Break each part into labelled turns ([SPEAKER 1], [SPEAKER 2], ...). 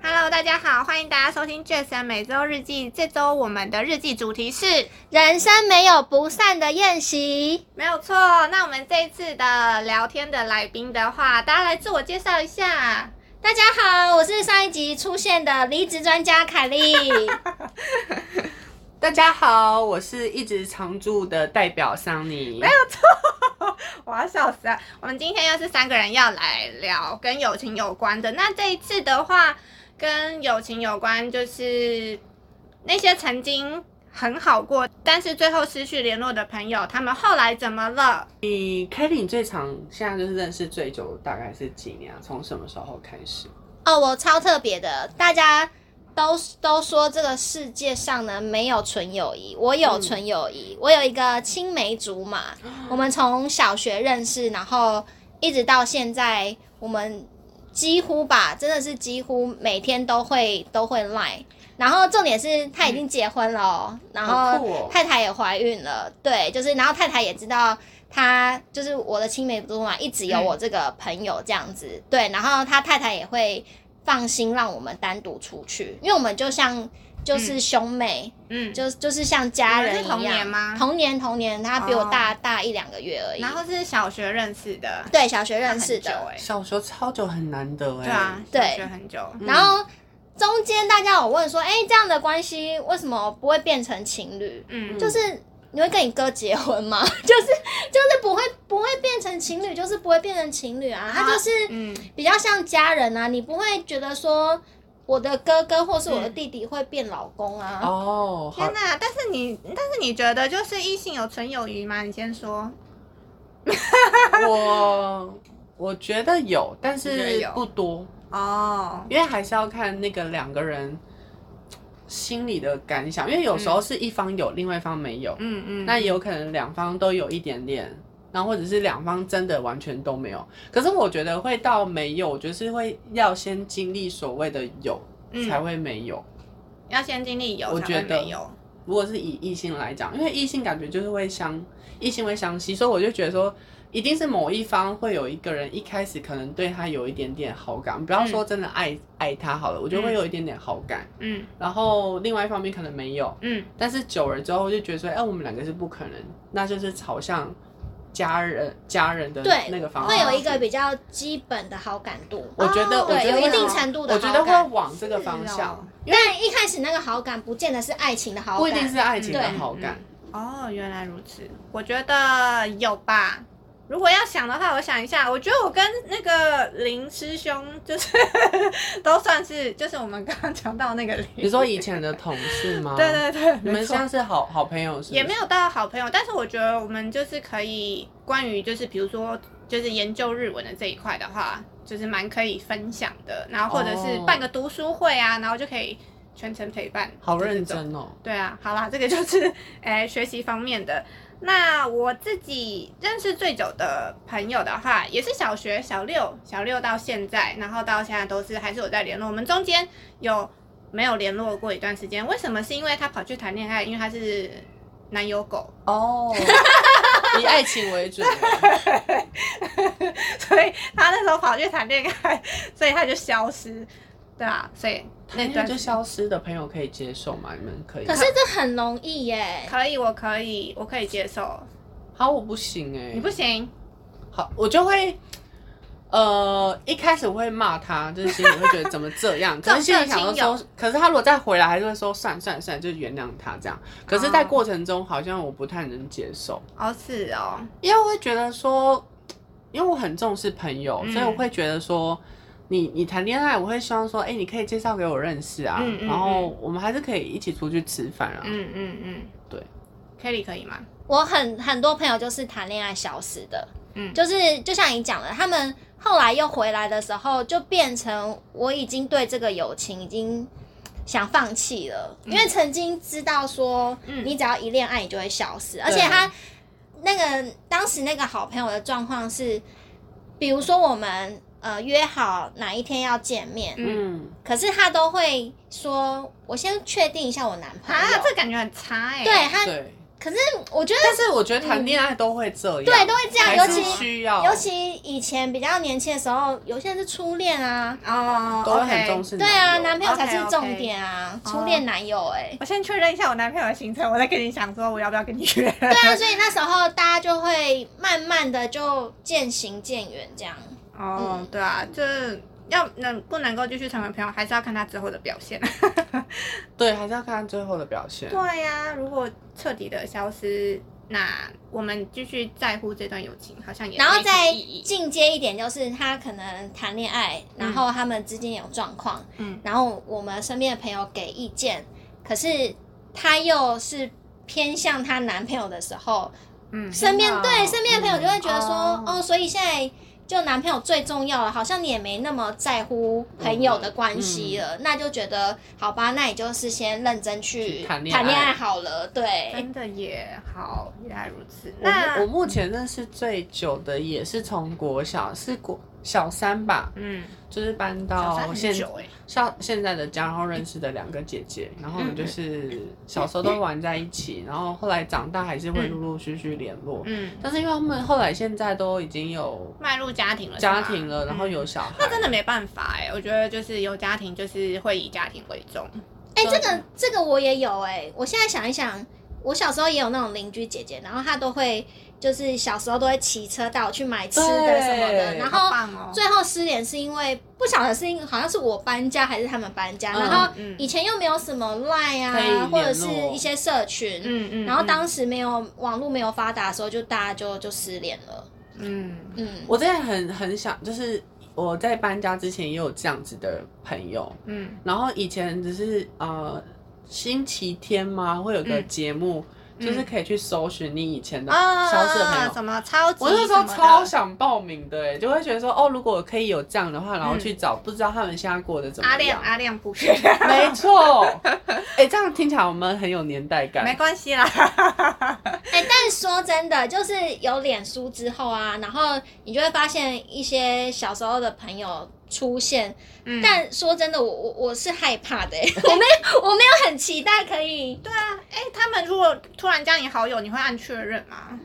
[SPEAKER 1] Hello，大家好，欢迎大家收听《卷神每周日记》。这周我们的日记主题是
[SPEAKER 2] 人生没有不散的宴席。
[SPEAKER 1] 没有错。那我们这一次的聊天的来宾的话，大家来自我介绍一下。
[SPEAKER 2] 大家好，我是上一集出现的离职专家凯莉。
[SPEAKER 3] 大家好，我是一直常驻的代表桑尼。没有
[SPEAKER 1] 我要笑死啊！我们今天又是三个人要来聊跟友情有关的。那这一次的话，跟友情有关，就是那些曾经很好过，但是最后失去联络的朋友，他们后来怎么了？
[SPEAKER 3] 你 k e l l y 你最长现在就是认识最久，大概是几年啊？从什么时候开始？
[SPEAKER 2] 哦，我超特别的，大家都都说这个世界上呢没有纯友谊，我有纯友谊，我有一个青梅竹马，我们从小学认识，然后一直到现在，我们几乎吧，真的是几乎每天都会都会赖。然后重点是他已经结婚了哦、然
[SPEAKER 3] 好
[SPEAKER 2] 后
[SPEAKER 3] 酷哦
[SPEAKER 2] 太太也怀孕了，对，就是然后太太也知道他就是我的青梅竹马，一直有我这个朋友这样子，对，然后他太太也会放心让我们单独出去，因为我们就像就是兄妹，
[SPEAKER 1] 嗯，
[SPEAKER 2] 就就是像家人一样，
[SPEAKER 1] 你们是同年吗
[SPEAKER 2] 同年同年他比我
[SPEAKER 1] 哦
[SPEAKER 2] 大、大一两个月而已，
[SPEAKER 1] 然后是小学认识的，
[SPEAKER 2] 对小学认识
[SPEAKER 1] 那
[SPEAKER 2] 的，
[SPEAKER 1] 很久欸
[SPEAKER 3] 小时候超久很难得哎、
[SPEAKER 1] 对啊，
[SPEAKER 2] 对
[SPEAKER 1] 小学很久。
[SPEAKER 3] 嗯
[SPEAKER 2] 然后中间大家有问说，哎、这样的关系为什么不会变成情侣？
[SPEAKER 1] 嗯，
[SPEAKER 2] 就是你会跟你哥结婚吗？ 就是就是不会不会变成情侣，就是不会变成情侣啊，他就是
[SPEAKER 1] 嗯，
[SPEAKER 2] 比较像家人啊，你不会觉得说我的哥哥或是我的弟弟会变老公啊。
[SPEAKER 3] 哦，好
[SPEAKER 1] 天，哪！但是你，但是你觉得就是异性有纯友谊吗？你先说。
[SPEAKER 3] 我我觉得有，但
[SPEAKER 1] 你觉得
[SPEAKER 3] 是
[SPEAKER 1] 有
[SPEAKER 3] 不多，
[SPEAKER 1] 哦，
[SPEAKER 3] 因为还是要看那个两个人心里的感想，因为有时候是一方有，另外一方没有，
[SPEAKER 1] 嗯嗯，
[SPEAKER 3] 那也有可能两方都有一点点，然后或者是两方真的完全都没有。可是我觉得会到没有，就是会要先经历所谓的有，
[SPEAKER 1] 嗯
[SPEAKER 3] 才会没有。
[SPEAKER 1] 要先经历有，
[SPEAKER 3] 我
[SPEAKER 1] 才会
[SPEAKER 3] 觉得
[SPEAKER 1] 没有。
[SPEAKER 3] 如果是以异性来讲，因为异性感觉就是会相，异性会相吸，所以我就觉得说，一定是某一方会有一个人一开始可能对他有一点点好感，不要说真的爱、爱他好了，我觉得会有一点点好感。
[SPEAKER 1] 嗯
[SPEAKER 3] 然后另外一方面可能没有，
[SPEAKER 1] 嗯，
[SPEAKER 3] 但是久了之后就觉得说，哎、我们两个是不可能，那就是朝向家人家人的
[SPEAKER 2] 对
[SPEAKER 3] 那个方向。
[SPEAKER 2] 会有一个比较基本的好感度，啊
[SPEAKER 3] 我觉得，
[SPEAKER 1] 哦
[SPEAKER 3] 我
[SPEAKER 2] 对，
[SPEAKER 3] 觉
[SPEAKER 2] 有
[SPEAKER 3] 得
[SPEAKER 2] 一定程度的
[SPEAKER 3] 我
[SPEAKER 2] 好
[SPEAKER 3] 觉
[SPEAKER 2] 感。
[SPEAKER 3] 得会往这个方
[SPEAKER 1] 是哦
[SPEAKER 3] 向，因为
[SPEAKER 2] 但一开始那个好感不见得是爱情的好感，
[SPEAKER 3] 不一定是爱情的
[SPEAKER 2] 对
[SPEAKER 3] 好感。
[SPEAKER 1] 哦，原来如此。我觉得有吧。如果要想的话，我想一下，我觉得我跟那个林师兄就是 都算是，就是我们刚刚讲到那个林，
[SPEAKER 3] 你说以前的同事吗？
[SPEAKER 1] 对对对，
[SPEAKER 3] 你们
[SPEAKER 1] 没错
[SPEAKER 3] 现在是好好朋友是不是？
[SPEAKER 1] 也没有到好朋友，但是我觉得我们就是可以关于就是比如说就是研究日文的这一块的话，就是蛮可以分享的，然后或者是
[SPEAKER 3] 哦
[SPEAKER 1] 办个读书会啊，然后就可以全程陪伴，
[SPEAKER 3] 好
[SPEAKER 1] 就是
[SPEAKER 3] 认
[SPEAKER 1] 这种
[SPEAKER 3] 真哦。
[SPEAKER 1] 对啊，好啦，这个就是诶、学习方面的。那我自己认识最久的朋友的话，也是小学小六，小六到现在，然后到现在都是还是有在联络。我们中间有没有联络过一段时间？为什么？是因为他跑去谈恋爱，因为他是男友狗，
[SPEAKER 3] 哦，以爱情为准。
[SPEAKER 1] 所以他那时候跑去谈恋爱，所以他就消失，对啊，所以那
[SPEAKER 3] 那
[SPEAKER 1] 段
[SPEAKER 3] 段就消失的朋友可以接受吗？你们可以？
[SPEAKER 2] 可是这很容易耶，
[SPEAKER 1] 可以，我可以，我可以接受。
[SPEAKER 3] 好，我不行哎、
[SPEAKER 1] 你不行，
[SPEAKER 3] 好，我就会，呃，一开始我会骂他，就是心里会觉得怎么这 样，可是心里
[SPEAKER 1] 重
[SPEAKER 3] 想
[SPEAKER 1] 色
[SPEAKER 3] 要
[SPEAKER 1] 轻友
[SPEAKER 3] 说，可是他如果再回来，还是会说算算算，就原谅他这样。可是，在
[SPEAKER 1] 哦
[SPEAKER 3] 过程中好像我不太能接受，
[SPEAKER 1] 哦，是哦，
[SPEAKER 3] 因为我会觉得说，因为我很重视朋友，
[SPEAKER 1] 嗯
[SPEAKER 3] 所以我会觉得说。你你谈恋爱，我会希望说，哎、你可以介绍给我认识啊，
[SPEAKER 1] 嗯嗯
[SPEAKER 3] 然后我们还是可以一起出去吃饭啊。
[SPEAKER 1] 嗯嗯嗯，
[SPEAKER 3] 对
[SPEAKER 1] ，Kelly 可以吗？
[SPEAKER 2] 我很很多朋友就是谈恋爱消失的，
[SPEAKER 1] 嗯
[SPEAKER 2] 就是就像你讲的，他们后来又回来的时候，就变成我已经对这个友情已经想放弃了，
[SPEAKER 3] 嗯
[SPEAKER 2] 因为曾经知道说，
[SPEAKER 1] 嗯
[SPEAKER 2] 你只要一恋爱，你就会消失，而且他那个当时那个好朋友的状况是，比如说我们呃约好哪一天要见面，
[SPEAKER 3] 嗯，
[SPEAKER 2] 可是他都会说，我先确定一下我男朋友，欸
[SPEAKER 1] 啊，这感觉很差哎、
[SPEAKER 2] 对他
[SPEAKER 3] 啊对，
[SPEAKER 2] 可是我觉得
[SPEAKER 3] 但是我觉得谈恋爱都会这样，
[SPEAKER 2] 对都会这样，
[SPEAKER 3] 还
[SPEAKER 2] 尤
[SPEAKER 3] 是
[SPEAKER 2] 其
[SPEAKER 3] 需要，
[SPEAKER 2] 尤其以前比较年轻的时候，有些人是初恋啊，
[SPEAKER 1] 哦，
[SPEAKER 3] 都会很重
[SPEAKER 1] 视。
[SPEAKER 3] 视
[SPEAKER 2] 对
[SPEAKER 3] 男友。
[SPEAKER 2] 啊，男朋友才是
[SPEAKER 1] OK，OK
[SPEAKER 2] 重点啊，初恋男友哎、
[SPEAKER 1] 我先确认一下我男朋友的行程，我再跟你讲说我要不要跟你 约。
[SPEAKER 2] 对啊，所以那时候大家就会慢慢的就渐行渐远这样。
[SPEAKER 1] 哦，
[SPEAKER 3] 嗯
[SPEAKER 1] 对啊，就是要能不能够继续成为朋友，还是要看他之后的表 现。
[SPEAKER 3] 对，还是要看最后的表现。
[SPEAKER 1] 对呀、如果彻底的消失，那我们继续在乎这段友情，好像也
[SPEAKER 2] 然后
[SPEAKER 1] 没什么
[SPEAKER 2] 再
[SPEAKER 1] 意义
[SPEAKER 2] 进阶一点，就是他可能谈恋爱，然后他们之间有状况，
[SPEAKER 1] 嗯
[SPEAKER 2] 然后我们身边的朋友给意见，可是他又是偏向她男朋友的时候，
[SPEAKER 1] 嗯
[SPEAKER 2] 身边
[SPEAKER 3] 哪
[SPEAKER 2] 对身边的朋友就会觉得说，
[SPEAKER 1] 嗯哦
[SPEAKER 2] 哦，所以现在就男朋友最重要了，好像你也没那么在乎朋友的关系
[SPEAKER 3] 嗯
[SPEAKER 2] 了，那就觉得好吧，那你就是先认真去
[SPEAKER 3] 去谈恋爱
[SPEAKER 2] 谈恋爱好了，对，
[SPEAKER 1] 真的也好，原来如此。
[SPEAKER 3] 我目
[SPEAKER 1] 那
[SPEAKER 3] 我目前认识最久的也是从国小，是国小三吧，
[SPEAKER 1] 嗯，
[SPEAKER 3] 就是搬
[SPEAKER 1] 小三
[SPEAKER 3] 到
[SPEAKER 1] 很
[SPEAKER 3] 现
[SPEAKER 1] 久哎、
[SPEAKER 3] 像现在的家，然后认识的两个姐姐，然后我们就是小时候都玩在一起，然后后来长大还是会陆陆续续联络，
[SPEAKER 1] 嗯，
[SPEAKER 3] 但是因为他们后来现在都已经有
[SPEAKER 1] 迈入家庭了，
[SPEAKER 3] 家
[SPEAKER 1] 是吗
[SPEAKER 3] 庭了，然后。有
[SPEAKER 1] 嗯
[SPEAKER 3] 小孩
[SPEAKER 1] 那，真的没办法哎、我觉得就是有家庭，就是会以家庭为重。
[SPEAKER 2] 哎、这个这个我也有哎、我现在想一想，我小时候也有那种邻居姐姐，然后她都会就是小时候都会骑车带我去买吃的什么的，
[SPEAKER 3] 对
[SPEAKER 2] 然
[SPEAKER 1] 好
[SPEAKER 2] 后
[SPEAKER 1] 棒哦！
[SPEAKER 2] 最后失联是因为不晓得是因为好像是我搬家还是他们搬家，
[SPEAKER 3] 嗯
[SPEAKER 2] 然后
[SPEAKER 1] 嗯
[SPEAKER 2] 以前又没有什么 Line
[SPEAKER 3] 可以联
[SPEAKER 2] 啊
[SPEAKER 3] 络，
[SPEAKER 2] 或者是一些社群，
[SPEAKER 1] 嗯嗯
[SPEAKER 2] 然后当时没有网络没有发达的时候，就大家就就失联了。
[SPEAKER 1] 嗯
[SPEAKER 2] 嗯，
[SPEAKER 3] 我之前很很想，就是我在搬家之前也有这样子的朋友，
[SPEAKER 1] 嗯
[SPEAKER 3] 然后以前只是呃星期天嘛，会有个
[SPEAKER 1] 嗯
[SPEAKER 3] 节目，就是
[SPEAKER 1] 嗯
[SPEAKER 3] 可以去搜寻你以前的
[SPEAKER 1] 啊，
[SPEAKER 3] 消失的朋友。
[SPEAKER 1] 什么超级
[SPEAKER 3] 我那时
[SPEAKER 1] 什
[SPEAKER 3] 候
[SPEAKER 1] 么的
[SPEAKER 3] 超想报名的、欸，就会觉得说，哦，如果可以有这样的话，然后
[SPEAKER 1] 嗯
[SPEAKER 3] 去找，不知道他们现在过得怎么
[SPEAKER 1] 阿
[SPEAKER 3] 样
[SPEAKER 1] 亮。阿亮啊不 学，
[SPEAKER 3] 没错， 哎、这样听起来我们很有年代
[SPEAKER 1] 没
[SPEAKER 3] 感。
[SPEAKER 1] 关系啦。
[SPEAKER 2] 哎、但说真的，就是有脸书之后啊，然后你就会发现一些小时候的朋友出现。
[SPEAKER 1] 嗯
[SPEAKER 2] 但说真的，我我我是害怕 的、欸，我没有我没有很期待可以。
[SPEAKER 1] 对啊，哎、他们如果突然加你好友，你会按确认吗？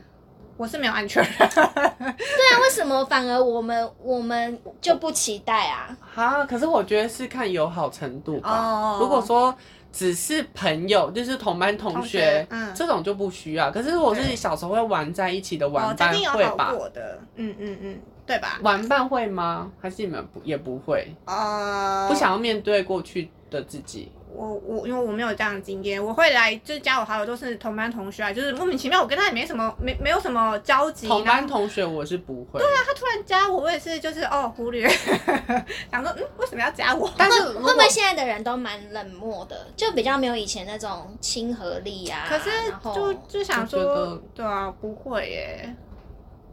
[SPEAKER 1] 我是没有按确认。
[SPEAKER 2] 对啊，为什么反而我们我们就不期待啊？
[SPEAKER 3] 哈，可是我觉得是看友好程度吧。
[SPEAKER 1] 哦
[SPEAKER 3] 如果说只是朋友，就是同班同
[SPEAKER 1] 同
[SPEAKER 3] 学
[SPEAKER 1] 学，嗯
[SPEAKER 3] 这种就不需要。可是我
[SPEAKER 1] 对
[SPEAKER 3] 是小时候会玩在一起的
[SPEAKER 1] 哦
[SPEAKER 3] 玩，
[SPEAKER 1] 这一
[SPEAKER 3] 伴
[SPEAKER 1] 定有
[SPEAKER 3] 会
[SPEAKER 1] 好
[SPEAKER 3] 吧？
[SPEAKER 1] 过的，嗯嗯嗯，对吧？
[SPEAKER 3] 玩伴会吗？还是你们不也不会？
[SPEAKER 1] 呃，
[SPEAKER 3] 不想要面对过去的自己？
[SPEAKER 1] 我我因为我没有这样的经验，我会来就是加我好友都是同班同学啊，就是莫名其妙我跟他也没什么没没有什么交集，
[SPEAKER 3] 同
[SPEAKER 1] 然
[SPEAKER 3] 班
[SPEAKER 1] 后
[SPEAKER 3] 同学我是不会。对啊，
[SPEAKER 1] 他突然加我，我也是就是哦忽略， 想说嗯为什么要加我？
[SPEAKER 3] 但是
[SPEAKER 2] 会
[SPEAKER 3] 如
[SPEAKER 2] 会
[SPEAKER 3] 果
[SPEAKER 2] 不会现在的人都蛮冷漠的，就比较没有以前那种亲和力啊？
[SPEAKER 1] 可是
[SPEAKER 2] 然后
[SPEAKER 1] 就就想
[SPEAKER 3] 我觉
[SPEAKER 1] 说
[SPEAKER 3] 得，
[SPEAKER 1] 对啊不会耶。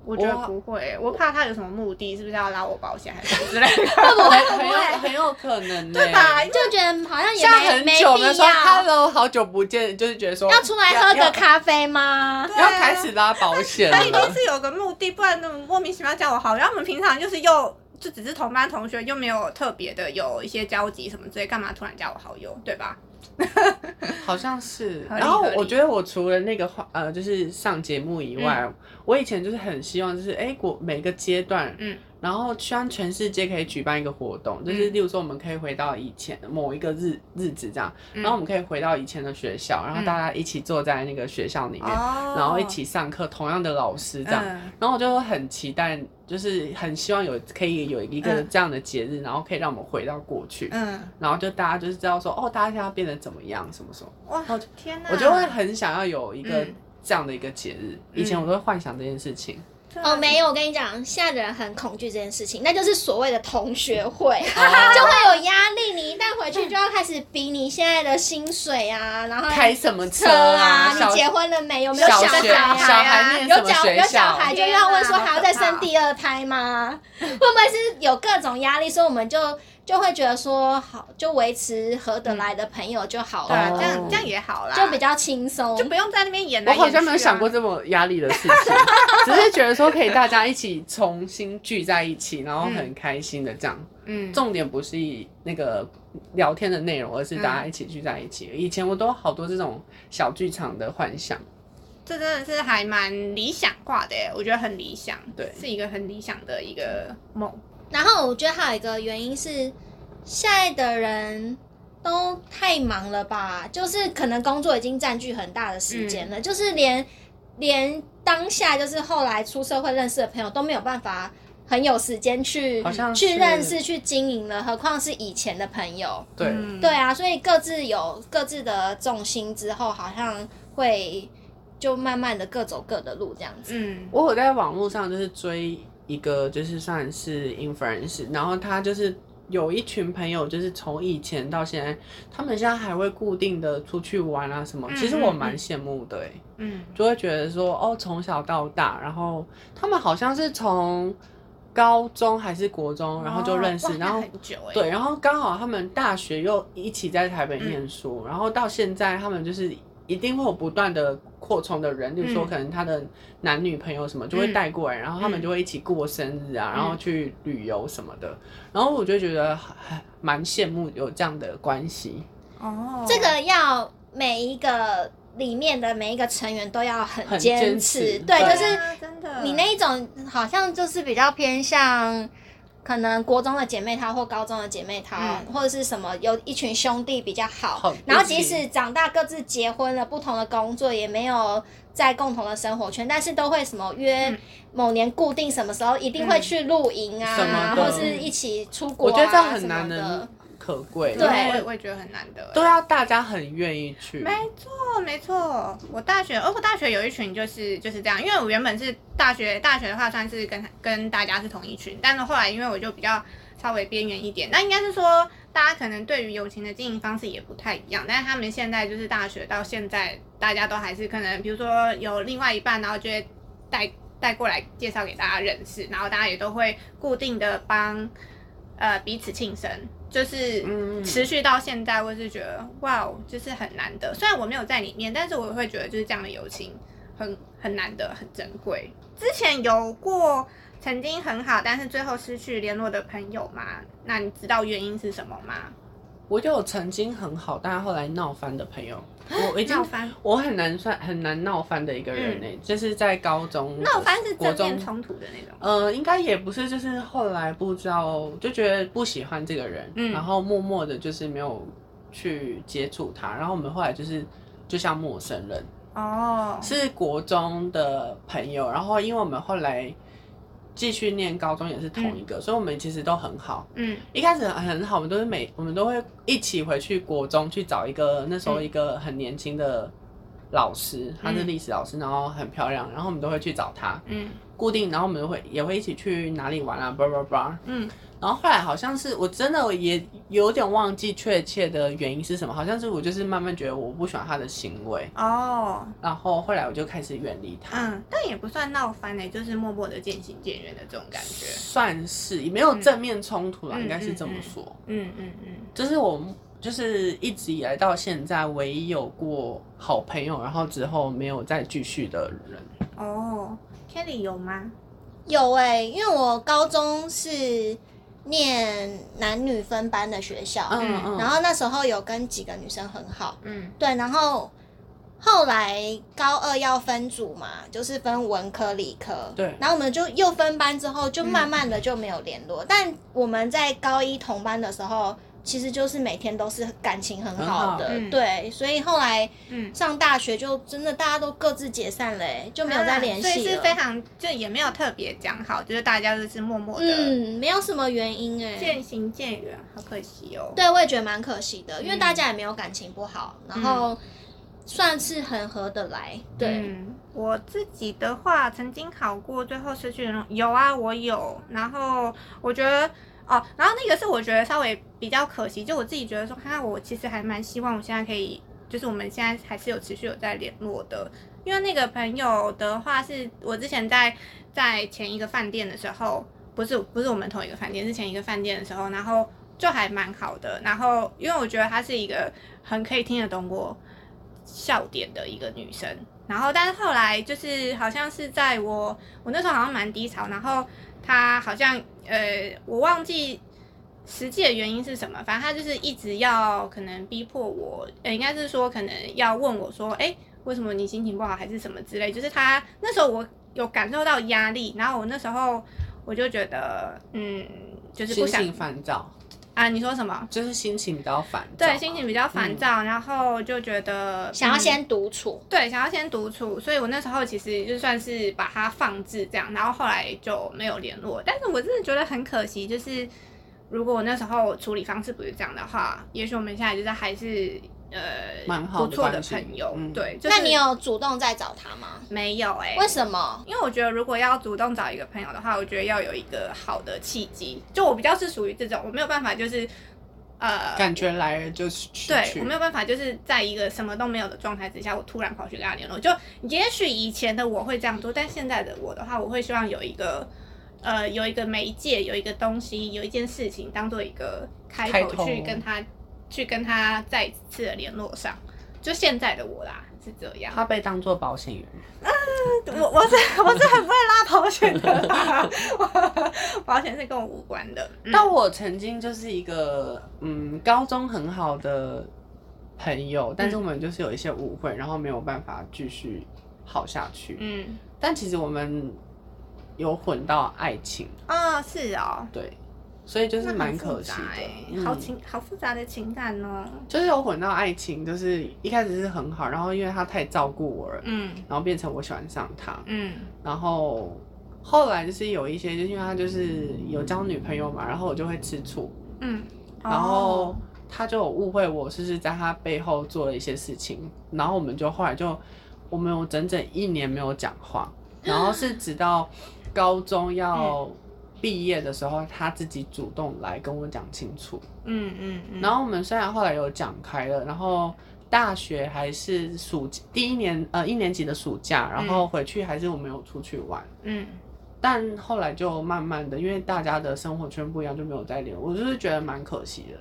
[SPEAKER 1] 我觉得
[SPEAKER 3] 我
[SPEAKER 1] 不会耶，我怕他有什么目的，是不是要拉我保险还是什么之类的？
[SPEAKER 2] 会 不会会
[SPEAKER 3] 很
[SPEAKER 2] 不
[SPEAKER 3] 有
[SPEAKER 2] 会
[SPEAKER 3] 很有可能呢、
[SPEAKER 1] 对吧？因为
[SPEAKER 2] 就觉得好像也
[SPEAKER 3] 像
[SPEAKER 2] 没
[SPEAKER 3] 很
[SPEAKER 2] 没
[SPEAKER 3] 久没
[SPEAKER 2] 必
[SPEAKER 3] 说
[SPEAKER 2] 要
[SPEAKER 3] “hello”，好久不见，就是觉得说
[SPEAKER 2] 要出来喝
[SPEAKER 3] 要
[SPEAKER 2] 个咖啡吗？
[SPEAKER 1] 对
[SPEAKER 3] 要
[SPEAKER 1] 啊
[SPEAKER 3] 开始拉保险
[SPEAKER 1] 他一定
[SPEAKER 3] 了。
[SPEAKER 1] 是有个目的，不然那么莫名其妙叫我好友。然后我们平常就是又就只是同班同学，又没有特别的有一些交集什么之类，干嘛突然加我好友，对吧？
[SPEAKER 3] 好像是。
[SPEAKER 1] 合理
[SPEAKER 3] 然后
[SPEAKER 1] 合理
[SPEAKER 3] 我觉得我除了那个话，呃，就是上节目以外，
[SPEAKER 1] 嗯
[SPEAKER 3] 我以前就是很希望，就是哎，我每个阶段，
[SPEAKER 1] 嗯嗯
[SPEAKER 3] 嗯，然后希望全世界可以举办一个活动，就是例如说我们可以回到以前某一个日日子这样，
[SPEAKER 1] 嗯
[SPEAKER 3] 然后我们可以回到以前的学校，然后大家一起坐在那个学校里面，
[SPEAKER 1] 哦
[SPEAKER 3] 然后一起上课，同样的老师这样。
[SPEAKER 1] 嗯
[SPEAKER 3] 然后我就很期待，就是很希望有可以有一个
[SPEAKER 1] 嗯
[SPEAKER 3] 这样的节日，然后可以让我们回到过去，
[SPEAKER 1] 嗯，
[SPEAKER 3] 然后就大家就是知道说，哦，大家现在变得怎么样，什么什么，
[SPEAKER 1] 哇
[SPEAKER 3] 我，
[SPEAKER 1] 天哪！
[SPEAKER 3] 我就会很想要有一个
[SPEAKER 1] 嗯
[SPEAKER 3] 这样的一个节日。
[SPEAKER 2] 嗯
[SPEAKER 3] 以前我都会幻想这件事情，
[SPEAKER 1] 对啊
[SPEAKER 2] 哦，没有，我跟你讲，现在的人很恐惧这件事情，那就是所谓的同学会，
[SPEAKER 3] 哦
[SPEAKER 2] 就会有压力。你一旦回去，就要开始比你现在的薪水啊，然后
[SPEAKER 3] 开什么
[SPEAKER 2] 车
[SPEAKER 3] 啊，小
[SPEAKER 2] 你结婚了没？有没有
[SPEAKER 3] 小
[SPEAKER 2] 小
[SPEAKER 3] 学
[SPEAKER 2] 孩
[SPEAKER 3] 小
[SPEAKER 2] 啊？
[SPEAKER 3] 孩念什
[SPEAKER 2] 有
[SPEAKER 3] 么
[SPEAKER 2] 小
[SPEAKER 3] 学
[SPEAKER 2] 有小
[SPEAKER 3] 校？
[SPEAKER 2] 孩就要问说
[SPEAKER 1] 天哪
[SPEAKER 2] 还要再
[SPEAKER 1] 好可
[SPEAKER 2] 生
[SPEAKER 1] 怕
[SPEAKER 2] 第二 胎吗？会不会是有各种压力，所以我们就就会觉得说好，就维持合得来的朋友就好
[SPEAKER 1] 对啊，
[SPEAKER 2] 了，
[SPEAKER 3] 哦
[SPEAKER 1] 这样这样也好啦，
[SPEAKER 2] 就比较轻松。
[SPEAKER 1] 就不用在那边演来演
[SPEAKER 3] 我
[SPEAKER 1] 去啊。
[SPEAKER 3] 好像没有想过这么压力的事情，只是觉得说可以大家一起重新聚在一起，然后很开心的这样。
[SPEAKER 1] 嗯，
[SPEAKER 3] 重点不是那个聊天的
[SPEAKER 2] 嗯
[SPEAKER 3] 内容，而是大家一起聚在一起。以前我都有好多这种小剧场的幻想，
[SPEAKER 1] 这真的是还蛮理想化的欸耶，我觉得很理想，
[SPEAKER 3] 对
[SPEAKER 1] 是一个很理想的一个梦。
[SPEAKER 2] 然后我觉得还有一个原因是，现在的人都太忙了吧，就是可能工作已经占据很大的时间
[SPEAKER 3] 嗯
[SPEAKER 2] 了，就是连连当下就是后来出社会认识的朋友都没有办法很有时间去
[SPEAKER 3] 好像
[SPEAKER 2] 去
[SPEAKER 3] 是
[SPEAKER 2] 认识、去经营了，何况是以前的朋友。
[SPEAKER 3] 对，
[SPEAKER 1] 嗯
[SPEAKER 2] 对啊，所以各自有各自的重心之后，好像会就慢慢的各走各的路这样子。
[SPEAKER 1] 嗯
[SPEAKER 3] 我有在网络上就是追一个就是算是 influencer，然后他就是有一群朋友，就是从以前到现在，他们现在还会固定的出去玩啊什么。
[SPEAKER 1] 嗯
[SPEAKER 3] 其实我蛮羡慕的、欸，
[SPEAKER 1] 嗯
[SPEAKER 3] 就会觉得说哦，从小到大，然后他们好像是从高中还是国中，然后就认识，
[SPEAKER 1] 哦哇
[SPEAKER 3] 然
[SPEAKER 1] 那
[SPEAKER 3] 后
[SPEAKER 1] 很久哎，
[SPEAKER 3] 对，然后刚好他们大学又一起在台北
[SPEAKER 2] 嗯
[SPEAKER 3] 念书，然后到现在他们就是一定会有不断的扩充的人，例如说
[SPEAKER 1] 嗯
[SPEAKER 3] 可能他的男女朋友什么就会带过来，然后他
[SPEAKER 2] 嗯
[SPEAKER 3] 们就会一起过生日啊，然后去旅游什么的，然后我就觉得还蛮羡慕有这样的关系，
[SPEAKER 1] 哦，
[SPEAKER 2] 这个要每一个里面的每一个成员都要很
[SPEAKER 3] 很
[SPEAKER 2] 坚
[SPEAKER 3] 坚
[SPEAKER 2] 持，
[SPEAKER 3] 持
[SPEAKER 2] 对，
[SPEAKER 3] 对
[SPEAKER 2] 就是
[SPEAKER 1] 啊真的，
[SPEAKER 2] 你那一种好像就是比较偏向。可能国中的姐妹淘或高中的姐妹淘，
[SPEAKER 1] 嗯
[SPEAKER 2] 或者是什么有一群兄弟比较好，
[SPEAKER 3] 好
[SPEAKER 2] 然后
[SPEAKER 3] 一
[SPEAKER 2] 即
[SPEAKER 3] 起
[SPEAKER 2] 使长大各自结婚了，不同的工作也没有在共同的生活圈，但是都会什么约
[SPEAKER 1] 嗯
[SPEAKER 2] 某年固定什么时候一定会
[SPEAKER 1] 嗯
[SPEAKER 2] 去露营啊，
[SPEAKER 3] 什么的
[SPEAKER 2] 或是一起出国、啊，
[SPEAKER 3] 我觉得这很
[SPEAKER 2] 什么
[SPEAKER 3] 难
[SPEAKER 2] 的
[SPEAKER 3] 能。可贵，
[SPEAKER 2] 对
[SPEAKER 3] 因为
[SPEAKER 1] 我也我也觉得很难得欸，
[SPEAKER 3] 都要大家很愿意去，
[SPEAKER 1] 没错，没错。我大学，哦而我大学有一群就是就是这样，因为我原本是大学大学的话，算是跟跟大家是同一群，但是后来因为我就比较稍微边缘一点，那应该是说大家可能对于友情的经营方式也不太一样，但是他们现在就是大学到现在，大家都还是可能，比如说有另外一半，然后就会带带过来介绍给大家认识，然后大家也都会固定的帮呃彼此庆生，就是
[SPEAKER 3] 嗯
[SPEAKER 1] 持续到现在，我是觉得哇哦，就是很难得。虽然我没有在里面，但是我会觉得就是这样的友情很很难得，很珍贵。之前有过曾经很好，但是最后失去联络的朋友吗？那你知道原因是什么吗？
[SPEAKER 3] 我就有曾经很好，但后来闹翻的朋友，我已经
[SPEAKER 1] 闹翻，
[SPEAKER 3] 我很难算很难闹翻的一个人呢、欸就是在高中
[SPEAKER 1] 嗯闹翻是
[SPEAKER 3] 国
[SPEAKER 1] 正面
[SPEAKER 3] 中，
[SPEAKER 1] 冲突的那种。
[SPEAKER 3] 呃，应该也不是，就是后来不知道就觉得不喜欢这个人，
[SPEAKER 1] 嗯
[SPEAKER 3] 然后默默的就是没有去接触他，然后我们后来就是就像陌生人，
[SPEAKER 1] 哦，
[SPEAKER 3] 是国中的朋友，然后因为我们后来继续念高中也是同一个，所以我们其实都很好，
[SPEAKER 1] 嗯
[SPEAKER 3] 一开始很好，我们都是每我们都会一起回去国中去找一个那时
[SPEAKER 1] 嗯
[SPEAKER 3] 候一个很年轻的老师，她是历史老师，然后很漂亮，然后我们都会去找她
[SPEAKER 1] 嗯
[SPEAKER 3] 固定，然后我们会也会一起去哪里玩啊，叭叭叭。
[SPEAKER 1] 嗯，
[SPEAKER 3] 然后后来好像是我真的也有点忘记确切的原因是什么，好像是我就是慢慢觉得我不喜欢她的行为，
[SPEAKER 1] 哦，
[SPEAKER 3] 然后后来我就开始远离她。
[SPEAKER 1] 嗯，但也不算闹翻嘞、就是默默的渐行渐远的这种感觉。
[SPEAKER 3] 算是也没有正面冲突啦，
[SPEAKER 1] 嗯
[SPEAKER 3] 应该是这么说。
[SPEAKER 1] 嗯嗯嗯，
[SPEAKER 3] 这是我就是一直以来到现在唯一有过好朋友，然后之后没有再继续的人。
[SPEAKER 1] 哦，Kelly 有吗？
[SPEAKER 2] 有哎、因为我高中是念男女分班的学校，
[SPEAKER 3] 嗯嗯，
[SPEAKER 2] 然后那时候有跟几个女生很好，
[SPEAKER 1] 嗯
[SPEAKER 2] 对，然后后来高二要分组嘛，就是分文科、理科，
[SPEAKER 3] 对
[SPEAKER 2] 然后我们就又分班之后，就慢慢的就没有联
[SPEAKER 1] 嗯
[SPEAKER 2] 络，但我们在高一同班的时候。其实就是每天都是感情很好的，
[SPEAKER 3] 很好
[SPEAKER 1] 嗯
[SPEAKER 2] 对，所以后来
[SPEAKER 1] 嗯，
[SPEAKER 2] 上大学就真的大家都各自解散了、欸，就没有再联系了、
[SPEAKER 1] 啊所以是非常就也没有特别讲好，就是大家就是默默的
[SPEAKER 2] 嗯，没有什么原因哎、
[SPEAKER 1] 渐行渐远，好可惜哦。
[SPEAKER 2] 对，我也觉得蛮可惜的，因为
[SPEAKER 1] 嗯
[SPEAKER 2] 大家也没有感情不好，然后算是很合得来。对，
[SPEAKER 1] 嗯我自己的话，曾经考过，最后失去的那种有啊，我有。然后我觉得哦，然后那个是我觉得稍微比较可惜，就我自己觉得说，哈，我其实还蛮希望我现在可以，就是我们现在还是有持续有在联络的，因为那个朋友的话是我之前在在前一个饭店的时候，不是不是我们同一个饭店，是前一个饭店的时候，然后就还蛮好的。然后因为我觉得她是一个很可以听得懂我笑点的一个女生。然后但是后来就是好像是在我我那时候好像蛮低潮，然后她好像呃我忘记。实际的原因是什么？反正她就是一直要可能逼迫我，呃，应该是说可能要问我说，哎、为什么你心情不好还是什么之类，就是他那时候我有感受到压力，然后我那时候我就觉得，嗯，就是不
[SPEAKER 3] 心
[SPEAKER 1] 想
[SPEAKER 3] 情烦躁，
[SPEAKER 1] 啊，你说什么？
[SPEAKER 3] 就是心情比较烦躁吧。
[SPEAKER 1] 对，心情比较烦躁，然后就觉得
[SPEAKER 2] 想要
[SPEAKER 1] 嗯
[SPEAKER 2] 先独处，
[SPEAKER 1] 对，想要先独处，所以我那时候其实就算是把它放置这样，然后后来就没有联络。但是我真的觉得很可惜，就是如果我那时候处理方式不是这样的话，也许我们现在就是还是呃
[SPEAKER 3] 蛮好的
[SPEAKER 1] 不错的
[SPEAKER 3] 关系
[SPEAKER 1] 朋友。
[SPEAKER 3] 嗯
[SPEAKER 1] 对，就是、
[SPEAKER 2] 那你有主动再找他吗？
[SPEAKER 1] 没有、欸？
[SPEAKER 2] 为什么？
[SPEAKER 1] 因为我觉得如果要主动找一个朋友的话，我觉得要有一个好的契机。就我比较是属于这种，我没有办法就是呃
[SPEAKER 3] 感觉来了就去
[SPEAKER 1] 对
[SPEAKER 3] 去
[SPEAKER 1] 我没有办法，就是在一个什么都没有的状态之下，我突然跑去跟他联络。就也许以前的我会这样做，但现在的我的话，我会希望有一个呃有一个媒介，有一个东西，有一件事情当做一个开
[SPEAKER 3] 开
[SPEAKER 1] 头
[SPEAKER 3] 头
[SPEAKER 1] 去跟他去跟他再次的联络上。就现在的我啦，是这样。
[SPEAKER 3] 他被当做保险员，
[SPEAKER 1] 嗯我 我是我是很不会拉保险的啦，我保险是跟我无关的。嗯
[SPEAKER 3] 但我曾经就是一个嗯高中很好的朋友，
[SPEAKER 1] 嗯
[SPEAKER 3] 但是我们就是有一些误会，然后没有办法继续好下去。
[SPEAKER 1] 嗯
[SPEAKER 3] 但其实我们有混到爱情，
[SPEAKER 1] 哦，是哦，
[SPEAKER 3] 对，所以就是
[SPEAKER 1] 那
[SPEAKER 3] 蛮
[SPEAKER 1] 很
[SPEAKER 3] 可
[SPEAKER 1] 复
[SPEAKER 3] 惜
[SPEAKER 1] 杂
[SPEAKER 3] 的。
[SPEAKER 1] 欸
[SPEAKER 3] 嗯
[SPEAKER 1] 好情好复杂的情感哦。
[SPEAKER 3] 就是有混到爱情，就是一开始是很好，然后因为他太照顾我了，
[SPEAKER 1] 嗯
[SPEAKER 3] 然后变成我喜欢上他，
[SPEAKER 1] 嗯。
[SPEAKER 3] 然后后来就是有一些，就是因为他就是有交女朋友嘛，然后我就会吃醋，
[SPEAKER 1] 嗯，
[SPEAKER 3] 然后
[SPEAKER 1] 哦
[SPEAKER 3] 他就有误会我，是不是在他背后做了一些事情，然后我们就后来就我们有整整一年没有讲话，然后是直到高中要
[SPEAKER 1] 嗯
[SPEAKER 3] 毕业的时候，他自己主动来跟我讲清楚。
[SPEAKER 1] 嗯嗯嗯，
[SPEAKER 3] 然
[SPEAKER 1] 后
[SPEAKER 3] 后我们虽然后来有讲开了，然后大学还是暑第一年呃一年级的暑假，然
[SPEAKER 2] 嗯
[SPEAKER 3] 后回去还是我们有出去玩。
[SPEAKER 1] 嗯
[SPEAKER 3] 但后来就慢慢的，因为大家的生活圈不一样，就没有再联络。我就是觉得蛮可惜的。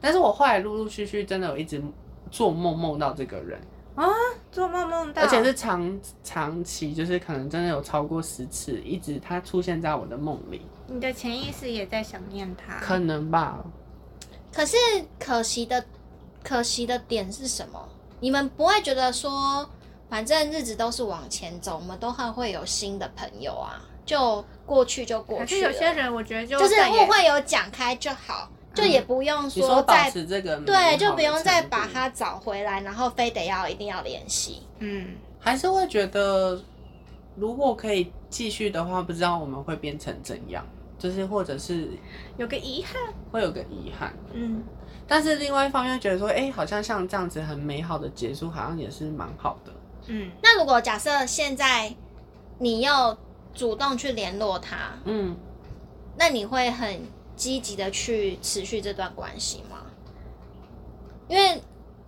[SPEAKER 3] 但是我后来陆陆续续真的有一直做梦梦到这个人，
[SPEAKER 1] 做梦梦到，
[SPEAKER 3] 而
[SPEAKER 2] 啊
[SPEAKER 3] 且是长长期，就是可能真的有超过十次，一直他出现在我的梦里，
[SPEAKER 1] 你的潜意识也在想念他，
[SPEAKER 3] 可能吧。
[SPEAKER 2] 可是可惜的，可惜的点是什么？你们不会觉得说，反正日子都是往前走，我们都还会有新的朋友啊，就过去就过
[SPEAKER 1] 可是
[SPEAKER 2] 去了。
[SPEAKER 1] 有些人我觉得就
[SPEAKER 2] 就是
[SPEAKER 1] 再也
[SPEAKER 2] 误会有讲开就好，就也不用
[SPEAKER 3] 你说保
[SPEAKER 2] 再
[SPEAKER 3] 持这个
[SPEAKER 2] 对，就不用再把
[SPEAKER 3] 把
[SPEAKER 2] 它找回来，然后非得要一定要联系。
[SPEAKER 1] 嗯
[SPEAKER 3] 还是会觉得，如果可以继续的话，不知道我们会变成怎样，就是或者是
[SPEAKER 1] 有个遗憾，
[SPEAKER 3] 会有个遗憾。
[SPEAKER 1] 嗯
[SPEAKER 3] 但是另外一方面又觉得说，哎、好像像这样子很美好的结束，好像也是蛮好的。
[SPEAKER 1] 嗯
[SPEAKER 2] 那如果假设现在你要主动去联络他，
[SPEAKER 3] 嗯，
[SPEAKER 2] 那你会很积极的去持续这段关系吗？因为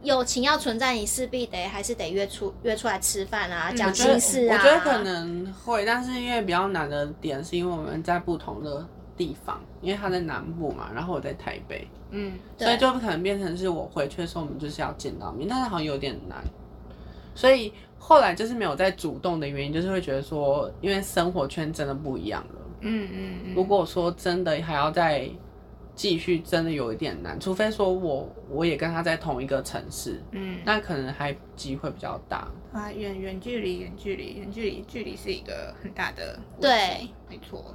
[SPEAKER 2] 友情要存在，你势必得还是得约出约出来吃饭啊，
[SPEAKER 1] 嗯
[SPEAKER 2] 讲
[SPEAKER 3] 我觉得
[SPEAKER 2] 心事啊。
[SPEAKER 3] 我觉得可能会，但是因为比较难的点是因为我们在不同的地方，因为他在南部嘛，然后我在台北，
[SPEAKER 1] 嗯，
[SPEAKER 2] 对
[SPEAKER 3] 所以就不可能变成是我回去的时候我们就是要见到面，但是好像有点难，所以后来就是没有再主动的原因，就是会觉得说，因为生活圈真的不一样了。
[SPEAKER 1] 嗯嗯嗯，
[SPEAKER 3] 如果说真的还要再继续，真的有一点难，除非说我我也跟他在同一个城市，
[SPEAKER 1] 嗯
[SPEAKER 3] 那可能还机会比较大。
[SPEAKER 1] 啊远远距离远距离远距离距离是一个很大的问题
[SPEAKER 2] 对，
[SPEAKER 1] 没错。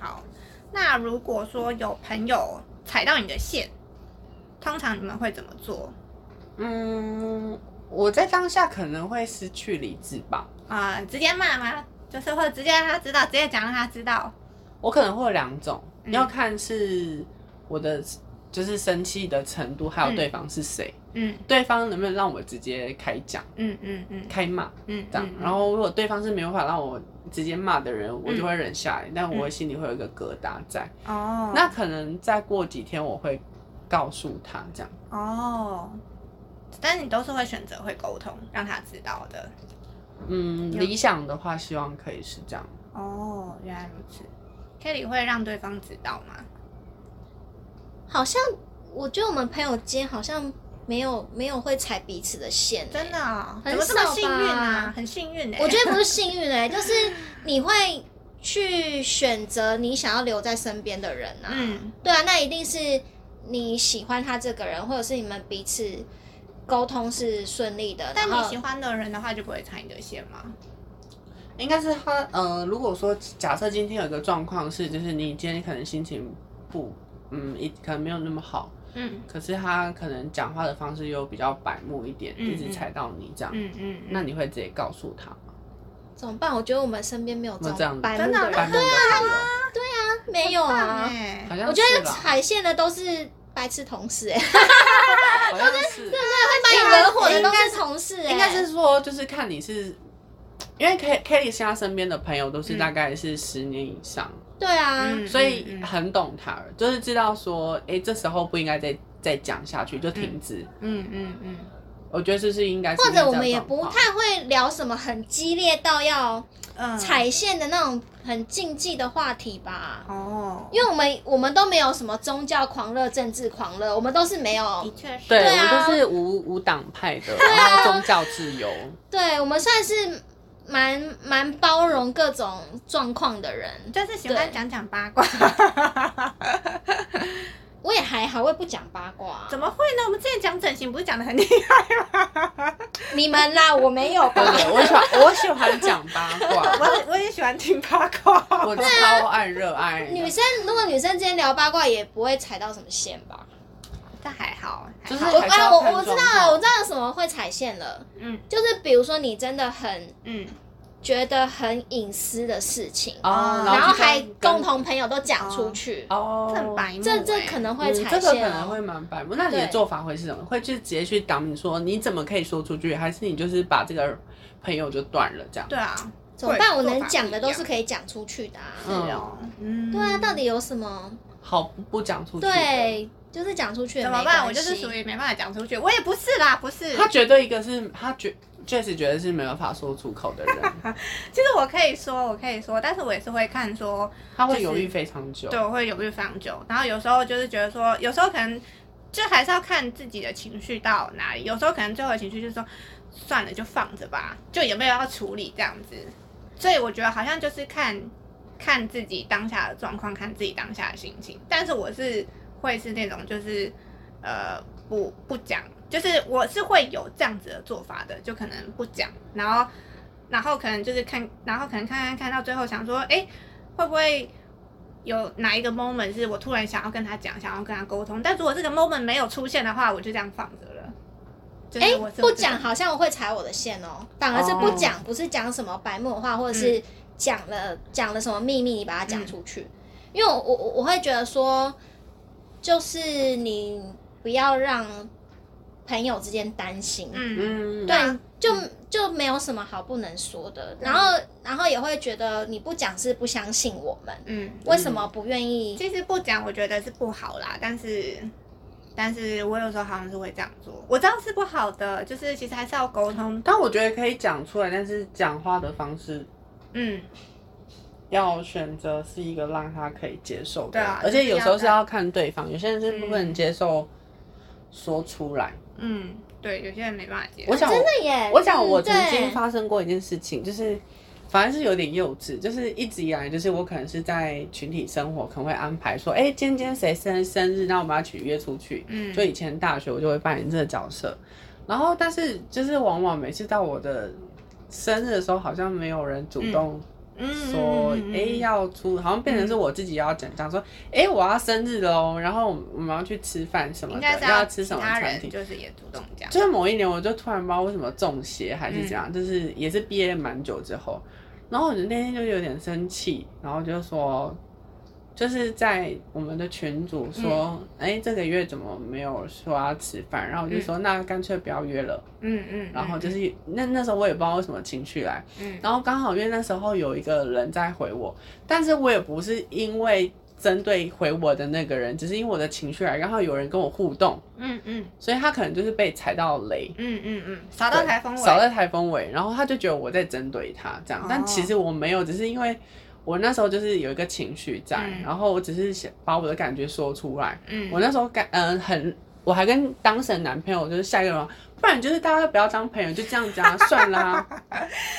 [SPEAKER 1] 好，那如果说有朋友踩到你的线，通常你们会怎么做
[SPEAKER 3] 嗯，我在当下可能会失去理智吧，
[SPEAKER 1] 啊、直接骂吗？就是或者直接让他知道，直接讲让他知道。
[SPEAKER 3] 我可能会有两种，
[SPEAKER 1] 嗯
[SPEAKER 3] 要看是我的就是生气的程度，还有
[SPEAKER 1] 嗯
[SPEAKER 3] 对方是谁，
[SPEAKER 1] 嗯
[SPEAKER 3] 对方能不能让我直接开讲、
[SPEAKER 1] 嗯嗯嗯
[SPEAKER 3] 开骂
[SPEAKER 1] 嗯，
[SPEAKER 3] 这样。
[SPEAKER 1] 嗯
[SPEAKER 3] 然后如果对方是没有办法让我直接骂的人，我
[SPEAKER 1] 嗯
[SPEAKER 3] 就会忍下来，但我心里会有一个疙瘩在。
[SPEAKER 1] 哦，
[SPEAKER 3] 那可能再过几天我会告诉他这样。
[SPEAKER 1] 哦，但是你都是会选择会沟通，让他知道的。
[SPEAKER 3] 嗯，
[SPEAKER 1] 有
[SPEAKER 3] 理想的话，希望可以是这样。
[SPEAKER 1] 哦，原来如此。Kelly 会让对方知道吗？
[SPEAKER 2] 好像我觉得我们朋友间好像没有没有会踩彼此的线、欸，
[SPEAKER 1] 真的、哦，
[SPEAKER 2] 很
[SPEAKER 1] 怎么这么
[SPEAKER 2] 少
[SPEAKER 1] 幸运啊
[SPEAKER 2] 吧？
[SPEAKER 1] 很幸 运哎、
[SPEAKER 2] 我觉得不是幸运哎、就是你会去选择你想要留在身边的人啊。
[SPEAKER 1] 嗯
[SPEAKER 2] 对啊，那一定是你喜欢他这个人，或者是你们彼此沟通是顺利的。
[SPEAKER 1] 但
[SPEAKER 2] 然
[SPEAKER 1] 你
[SPEAKER 2] 后
[SPEAKER 1] 喜欢的人的话，就不会踩你的线吗？
[SPEAKER 3] 应该是他，呃，如果说假设今天有一个状况是，就是你今天可能心情不，嗯，一可能没有那么好，
[SPEAKER 1] 嗯
[SPEAKER 3] 可是他可能讲话的方式又比较白目一点，
[SPEAKER 1] 嗯
[SPEAKER 3] 一直踩到你这样，
[SPEAKER 1] 嗯嗯，
[SPEAKER 3] 那你会直接告诉他吗？
[SPEAKER 2] 怎么办？我觉得我们身边没有
[SPEAKER 3] 那这样
[SPEAKER 2] 种白
[SPEAKER 1] 真
[SPEAKER 2] 目
[SPEAKER 1] 的
[SPEAKER 2] 的
[SPEAKER 1] 啊
[SPEAKER 3] 白
[SPEAKER 2] 人
[SPEAKER 3] 目，的朋友，
[SPEAKER 2] 没有啊。
[SPEAKER 1] 哎
[SPEAKER 3] 好像
[SPEAKER 2] 我觉得
[SPEAKER 3] 是吧
[SPEAKER 2] 踩线的都是白痴同事、欸，
[SPEAKER 3] 好像是，
[SPEAKER 2] 把你惹火的都是同事、欸，
[SPEAKER 3] 应该是说就是看你是。因为 K Kelly 现在身边的朋友都是
[SPEAKER 2] 嗯
[SPEAKER 3] 大概是十年以上，
[SPEAKER 2] 对啊，
[SPEAKER 1] 嗯
[SPEAKER 3] 所以
[SPEAKER 1] 嗯
[SPEAKER 3] 很懂他，就是知道说，哎、这时候不应该再再讲下去，就停止。
[SPEAKER 1] 嗯嗯嗯
[SPEAKER 3] 我觉得这是应该是
[SPEAKER 2] 或
[SPEAKER 3] 这
[SPEAKER 2] 者
[SPEAKER 3] 样
[SPEAKER 2] 我们也
[SPEAKER 3] 状
[SPEAKER 2] 不
[SPEAKER 3] 况
[SPEAKER 2] 太会聊什么很激烈到要
[SPEAKER 1] 嗯，
[SPEAKER 2] 踩线的那种很禁忌的话题吧。
[SPEAKER 1] 哦，
[SPEAKER 2] 因为我们我们都没有什么宗教狂热、政治狂热，我们都是没
[SPEAKER 1] 的
[SPEAKER 2] 有，
[SPEAKER 1] 确是，
[SPEAKER 3] 对
[SPEAKER 2] 对啊
[SPEAKER 3] 我就是无无党派的，然后宗教自由。
[SPEAKER 2] 对我们算是蛮蛮包容各种状况的人。
[SPEAKER 1] 就是喜欢
[SPEAKER 2] 对
[SPEAKER 1] 讲讲八卦。
[SPEAKER 2] 我也还好，我也不讲八卦。啊
[SPEAKER 1] 怎么会呢？我们之前讲整形不是讲的很厉 害吗？
[SPEAKER 2] 你们啦，我没有
[SPEAKER 3] 对
[SPEAKER 2] 吧？
[SPEAKER 3] 我喜欢我喜欢讲八
[SPEAKER 1] 我
[SPEAKER 3] 卦，
[SPEAKER 1] 也我也喜欢听八卦。
[SPEAKER 3] 我超爱热爱。
[SPEAKER 2] 女生如果女生之间聊八卦，也不会踩到什么线吧？
[SPEAKER 1] 但还好，还
[SPEAKER 3] 就是
[SPEAKER 1] 好
[SPEAKER 2] 我
[SPEAKER 3] 还是要
[SPEAKER 2] 啊，我
[SPEAKER 3] 看
[SPEAKER 2] 我知
[SPEAKER 3] 状
[SPEAKER 2] 道
[SPEAKER 3] 况
[SPEAKER 2] 了，我知道有什么会踩线了。
[SPEAKER 1] 嗯
[SPEAKER 2] 就是比如说你真的很
[SPEAKER 1] 嗯
[SPEAKER 2] 觉得很隐私的事情，
[SPEAKER 3] 哦，
[SPEAKER 2] 啊然后
[SPEAKER 3] 就跟
[SPEAKER 2] 还共同朋友都讲出去，
[SPEAKER 3] 哦，
[SPEAKER 1] 这很白目欸，
[SPEAKER 2] 这这可能会
[SPEAKER 3] 嗯
[SPEAKER 2] 踩
[SPEAKER 3] 这个可
[SPEAKER 2] 线
[SPEAKER 3] 能
[SPEAKER 2] 哦、
[SPEAKER 3] 会蛮白目。那你的
[SPEAKER 2] 对
[SPEAKER 3] 做法会是什么？会去直接去挡你说你怎么可以说出去，还是你就是把这个朋友就断了这样？
[SPEAKER 1] 对啊，
[SPEAKER 2] 怎么办？
[SPEAKER 1] 会
[SPEAKER 2] 我
[SPEAKER 1] 做
[SPEAKER 2] 能
[SPEAKER 1] 法不
[SPEAKER 2] 讲
[SPEAKER 1] 一
[SPEAKER 2] 的都
[SPEAKER 1] 样
[SPEAKER 2] 是可以讲出去的、啊。
[SPEAKER 1] 是哦，嗯，
[SPEAKER 2] 对啊，到底有什么？
[SPEAKER 3] 好不不讲出去。，
[SPEAKER 2] 对，就是讲出去也
[SPEAKER 1] 怎么
[SPEAKER 2] 没
[SPEAKER 1] 办？
[SPEAKER 2] 关
[SPEAKER 1] 我就是
[SPEAKER 2] 系
[SPEAKER 1] 属于没办法讲出去，我也不是啦，不是。
[SPEAKER 3] 他绝对一个是他觉确实觉得是没办法说出口的人，
[SPEAKER 1] 其实我可以说，我可以说，但是我也是会看说，
[SPEAKER 3] 他会犹豫非常久。
[SPEAKER 1] 对，我会犹豫非常久。然后有时候就是觉得说，有时候可能就还是要看自己的情绪到哪里。有时候可能最后的情绪就是说，算了，就放着吧，就也没有要处理这样子。所以我觉得好像就是看看自己当下的状况，看自己当下的心情。但是我是会是那种就是呃不不讲，就是我是会有这样子的做法的，就可能不讲，然后然后可能就是看，然后可能看看看到最后想说，哎，会不会？有哪一个 moment 是我突然想要跟他讲，想要跟他沟通，但如果这个 moment 没有出现的话，我就这样放着了。就是
[SPEAKER 2] 哎、
[SPEAKER 1] 我是
[SPEAKER 2] 不
[SPEAKER 1] 会这样
[SPEAKER 2] 讲好像我会踩我的线哦、反而是不讲，不是讲什么白目的话，或者
[SPEAKER 1] 嗯
[SPEAKER 2] 是讲了讲、了什么秘密，你把它讲出去。因为我我我会觉得说，就是你不要让朋友之间担心，
[SPEAKER 1] 嗯
[SPEAKER 3] 嗯，
[SPEAKER 2] 对，就就没有什么好不能说的。然后然后也会觉得你不讲是不相信我们，
[SPEAKER 1] 嗯，
[SPEAKER 2] 为什么不愿意？
[SPEAKER 1] 其实不讲，我觉得是不好啦，但是。但是我有时候好像是会这样做，我知道是不好的，就是其实还是要沟通，
[SPEAKER 3] 但我觉得可以讲出来，但是讲话的方式
[SPEAKER 1] 嗯，
[SPEAKER 3] 要选择是一个让他可以接受的，
[SPEAKER 1] 对啊
[SPEAKER 3] 而且有时候
[SPEAKER 1] 就是
[SPEAKER 3] 是
[SPEAKER 1] 要
[SPEAKER 3] 要看对方，有些人是不
[SPEAKER 2] 嗯
[SPEAKER 3] 能接受说出来。
[SPEAKER 1] 嗯，对，有些人没办法接受。
[SPEAKER 3] 我想我，
[SPEAKER 2] 真的耶！
[SPEAKER 3] 我想我
[SPEAKER 2] 嗯
[SPEAKER 3] 曾经
[SPEAKER 2] 对
[SPEAKER 3] 发生过一件事情，就是。反正是有点幼稚，就是一直以来，就是我可能是在群体生活，可能会安排说，哎、今天今天谁生生日，那我们要一起约出去。
[SPEAKER 1] 嗯，
[SPEAKER 3] 就以前大学我就会扮演这个角色，然后但是就是往往每次到我的生日的时候，好像没有人主动
[SPEAKER 1] 嗯
[SPEAKER 3] 说，哎、
[SPEAKER 1] 嗯嗯嗯
[SPEAKER 3] 要出，好像变成是我自己要讲讲说，哎、我要生日喽，然后我们要去吃饭什么
[SPEAKER 1] 应
[SPEAKER 3] 的，
[SPEAKER 1] 该是
[SPEAKER 3] 要
[SPEAKER 1] 其
[SPEAKER 3] 吃什么
[SPEAKER 1] 他
[SPEAKER 3] 餐
[SPEAKER 1] 人
[SPEAKER 3] 厅。
[SPEAKER 1] 就是也主动讲，
[SPEAKER 3] 就是某一年，我就突然不知道为什么中邪还是怎
[SPEAKER 1] 嗯
[SPEAKER 3] 样，就是也是毕业蛮久之后，然后我就那天就有点生气，然后就说，就是在我们的群组说，
[SPEAKER 1] 嗯
[SPEAKER 3] 哎、这个月怎么没有说要吃饭？然后我就说，那干脆不要约了。
[SPEAKER 1] 嗯嗯，
[SPEAKER 3] 然后
[SPEAKER 1] 嗯
[SPEAKER 3] 就是那那时候我也不知道为什么情绪来，
[SPEAKER 1] 嗯
[SPEAKER 3] 然后刚好因为那时候有一个人在回我，但是我也不是因为针对回我的那个人，只是因为我的情绪来，刚好有人跟我互动。
[SPEAKER 1] 嗯嗯
[SPEAKER 3] 所以他可能就是被踩到雷，
[SPEAKER 1] 嗯嗯嗯，扫到台风尾，
[SPEAKER 3] 扫到台风尾，然后他就觉得我在针对他这样
[SPEAKER 1] 哦，
[SPEAKER 3] 但其实我没有，只是因为我那时候就是有一个情绪在，
[SPEAKER 1] 嗯
[SPEAKER 3] 然后我只是想把我的感觉说出来。
[SPEAKER 1] 嗯，
[SPEAKER 3] 我那时候感嗯、很，我还跟当时的男朋友就是下一个人，不然就是大家不要当朋友，就这样讲、啊、算啦、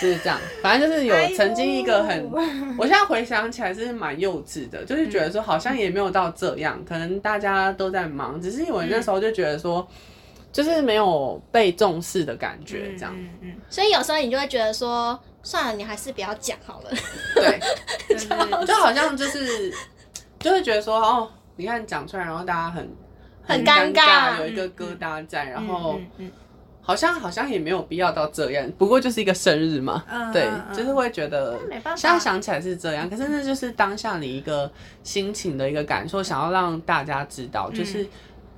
[SPEAKER 3] 就是这样。反正就是有
[SPEAKER 1] 哎呦
[SPEAKER 3] 曾经一个很， 我现在回想起来是蛮幼稚的，就是觉得说好像也没有到这样，可能大家都在忙，只是我那时候就觉得说。就是没有被重视的感觉，这样。
[SPEAKER 1] 嗯嗯嗯，
[SPEAKER 2] 所以有时候你就会觉得说，算了，你还是不要讲好了。
[SPEAKER 3] 对，
[SPEAKER 1] 嗯就是
[SPEAKER 3] 就好像就是就会觉得说，哦，你看讲出来，然后大家很
[SPEAKER 2] 很
[SPEAKER 3] 尴
[SPEAKER 2] 尴尬
[SPEAKER 3] 有一个疙瘩在，然后
[SPEAKER 1] 嗯嗯
[SPEAKER 3] 好像好像也没有必要到这样，不过就是一个生日嘛，
[SPEAKER 1] 嗯
[SPEAKER 3] 对
[SPEAKER 1] 嗯，嗯
[SPEAKER 3] 就是会觉得
[SPEAKER 1] 那没办法
[SPEAKER 3] 现在想起来是这样，
[SPEAKER 1] 嗯
[SPEAKER 3] 可是那就是当下你一个心情的一个感受，想要让大家知道，
[SPEAKER 1] 嗯
[SPEAKER 3] 就是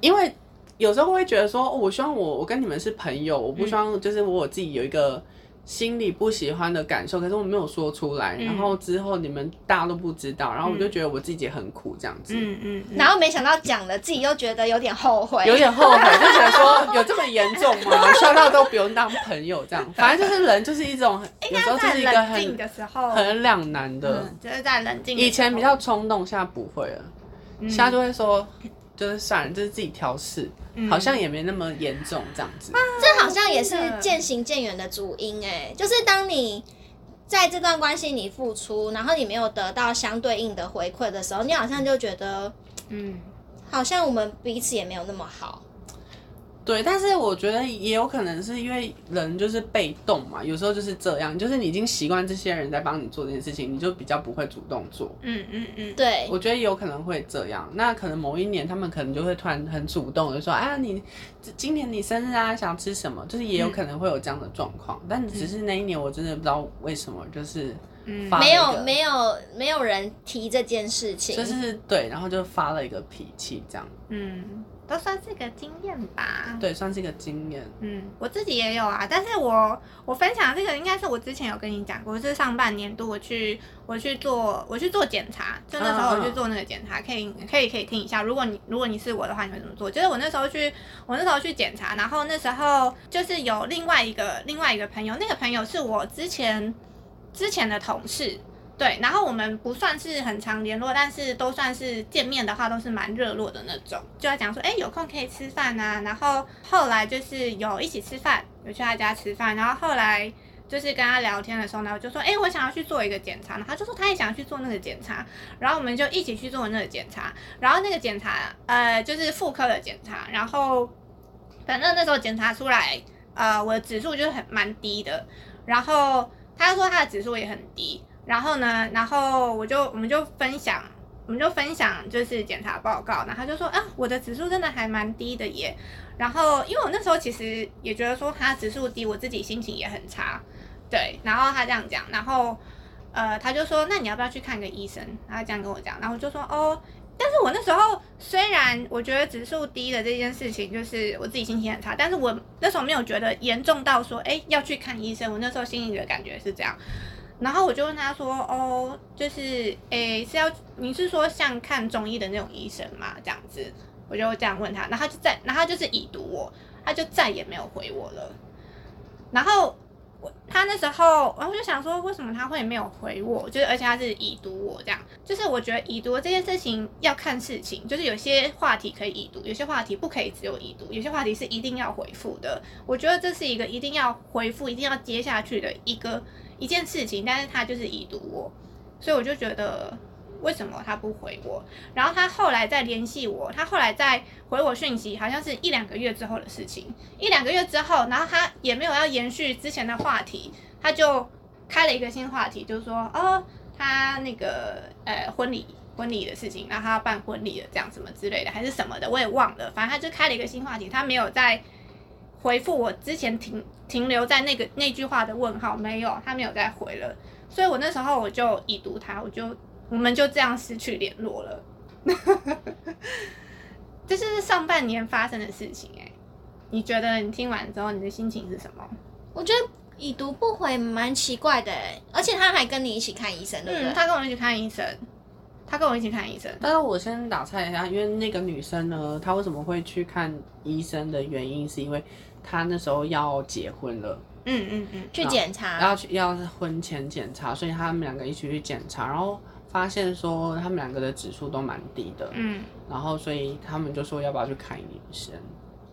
[SPEAKER 3] 因为有时候会觉得说，哦我希望我我跟你们是朋友，我不希望就是我自己有一个。心里不喜欢的感受，可是我没有说出来，
[SPEAKER 1] 嗯
[SPEAKER 3] 然后之后你们大家都不知道，然后我就觉得我自己很苦这样子，
[SPEAKER 1] 嗯嗯嗯，
[SPEAKER 2] 然后没想到讲了，自己又觉得有点后悔。
[SPEAKER 3] 有点后悔，就想说有这么严重吗？ 笑到都不用当朋友这样，反正就是人就是 一种，有时候就
[SPEAKER 1] 在
[SPEAKER 3] 是一个
[SPEAKER 1] 冷静
[SPEAKER 3] 很
[SPEAKER 1] 的时候，
[SPEAKER 3] 很两难的。
[SPEAKER 1] 嗯，就是在冷静的时候。
[SPEAKER 3] 以前比较冲动，现在不会了，
[SPEAKER 1] 嗯
[SPEAKER 3] 现在就会说，就是算了，就是自己调试，好像也没那么严重这样子。
[SPEAKER 2] 这好像也是
[SPEAKER 1] 真的
[SPEAKER 2] 渐行渐远的主因哎、就是当你在这段关系你付出，然后你没有得到相对应的回馈的时候，你好像就觉得
[SPEAKER 1] 嗯
[SPEAKER 2] 好像我们彼此也没有那么好。
[SPEAKER 3] 对，但是我觉得也有可能是因为人就是被动嘛，有时候就是这样，就是你已经习惯这些人在帮你做这件事情，你就比较不会主动做。
[SPEAKER 1] 嗯嗯嗯，
[SPEAKER 2] 对，
[SPEAKER 3] 我觉得有可能会这样。那可能某一年他们可能就会突然很主动的说啊，你今今年你生日啊，想吃什么？就是也有可能会有这样的状况。但只是那一年我真的不知道为什么，就是
[SPEAKER 1] 嗯
[SPEAKER 3] 发了
[SPEAKER 2] 没
[SPEAKER 3] 一
[SPEAKER 2] 有
[SPEAKER 3] 个
[SPEAKER 2] 没有没有人提这件事情，
[SPEAKER 3] 就是对，然后就发了一个脾气，这样
[SPEAKER 1] 嗯，都算是个经验吧。
[SPEAKER 3] 对，算是一个经验。
[SPEAKER 1] 嗯，我自己也有啊，但是我我分享这个应该是我之前有跟你讲过，就是上半年度我去我去做我去做检查，就那时候
[SPEAKER 3] 嗯嗯
[SPEAKER 1] 我去做那个检查，可以可以可以听一下。如果你如果你是我的话，你会怎么做？就是我那时候去我那时候去检查，然后那时候就是有另外一个另外一个朋友，那个朋友是我之前之前的同事。对，然后我们不算是很常联络，但是都算是见面的话，都是蛮热络的那种。就在讲说，哎，有空可以吃饭啊。然后后来就是有一起吃饭，有去他家吃饭。然后后来就是跟他聊天的时候呢，我就说，哎，我想要去做一个检查，然后他就说他也想要去做那个检查。然后我们就一起去做那个检查。然后那个检查，呃，就是妇科的检查。然后反正那时候检查出来，呃，我的指数就是很蛮低的。然后他说他的指数也很低。然后呢，然后我就我们就分享，我们就分享就是检查报告，然后他就说啊，我的指数真的还蛮低的耶。然后因为我那时候其实也觉得说他指数低，我自己心情也很差，对。然后他这样讲，然后呃，他就说那你要不要去看个医生？然后这样跟我讲，然后我就说哦。但是我那时候虽然我觉得指数低的这件事情，就是我自己心情很差，但是我那时候没有觉得严重到说，哎，要去看医生。我那时候心里的感觉是这样，然后我就问他说：“哦，就是诶，是要你是说像看中医的那种医生吗？这样子？”我就这样问他，然后他就再，然后他就是已读我，他就再也没有回我了。然后我他那时候，然后我就想说，为什么他会没有回我？就是而且他是已读我这样，就是我觉得已读这件事情要看事情，就是有些话题可以已读，有些话题不可以只有已读，有些话题是一定要回复的。我觉得这是一个一定要回复、一定要接下去的一个一件事情，但是他就是已读我，所以我就觉得为什么他不回我？然后他后来再联系我，他后来再回我讯息，好像是一两个月之后的事情。一两个月之后，然后他也没有要延续之前的话题，他就开了一个新话题，就是说哦，他那个呃婚礼。婚礼的事情，然后他要办婚礼的这样什么之类的，还是什么的，我也忘了。反正他就开了一个新话题，他没有在回复我之前停停留在那个那句话的问号，没有，他没有再回了。所以我那时候我就已读他，我就我们就这样失去联络了。 这是上半年发生的事情哎、你觉得你听完之后你的心情是什
[SPEAKER 3] 嗯
[SPEAKER 1] 么？
[SPEAKER 2] 我觉得已读不回蛮奇怪的哎、而且他还跟你一起看医生，对不对？
[SPEAKER 1] 嗯，他跟我一起看医生，他跟我一起看医生。
[SPEAKER 3] 但是我先打岔一下，因为那个女生呢，她为什么会去看医生的原因，是因为她那时候要结婚了，
[SPEAKER 1] 嗯嗯嗯，
[SPEAKER 2] 去检查，
[SPEAKER 3] 然后去要婚前检查，所以他们两个一起去检查，然后发现说他们两个的指数都蛮低的，
[SPEAKER 1] 嗯
[SPEAKER 3] 然后所以他们就说要不要去看医生，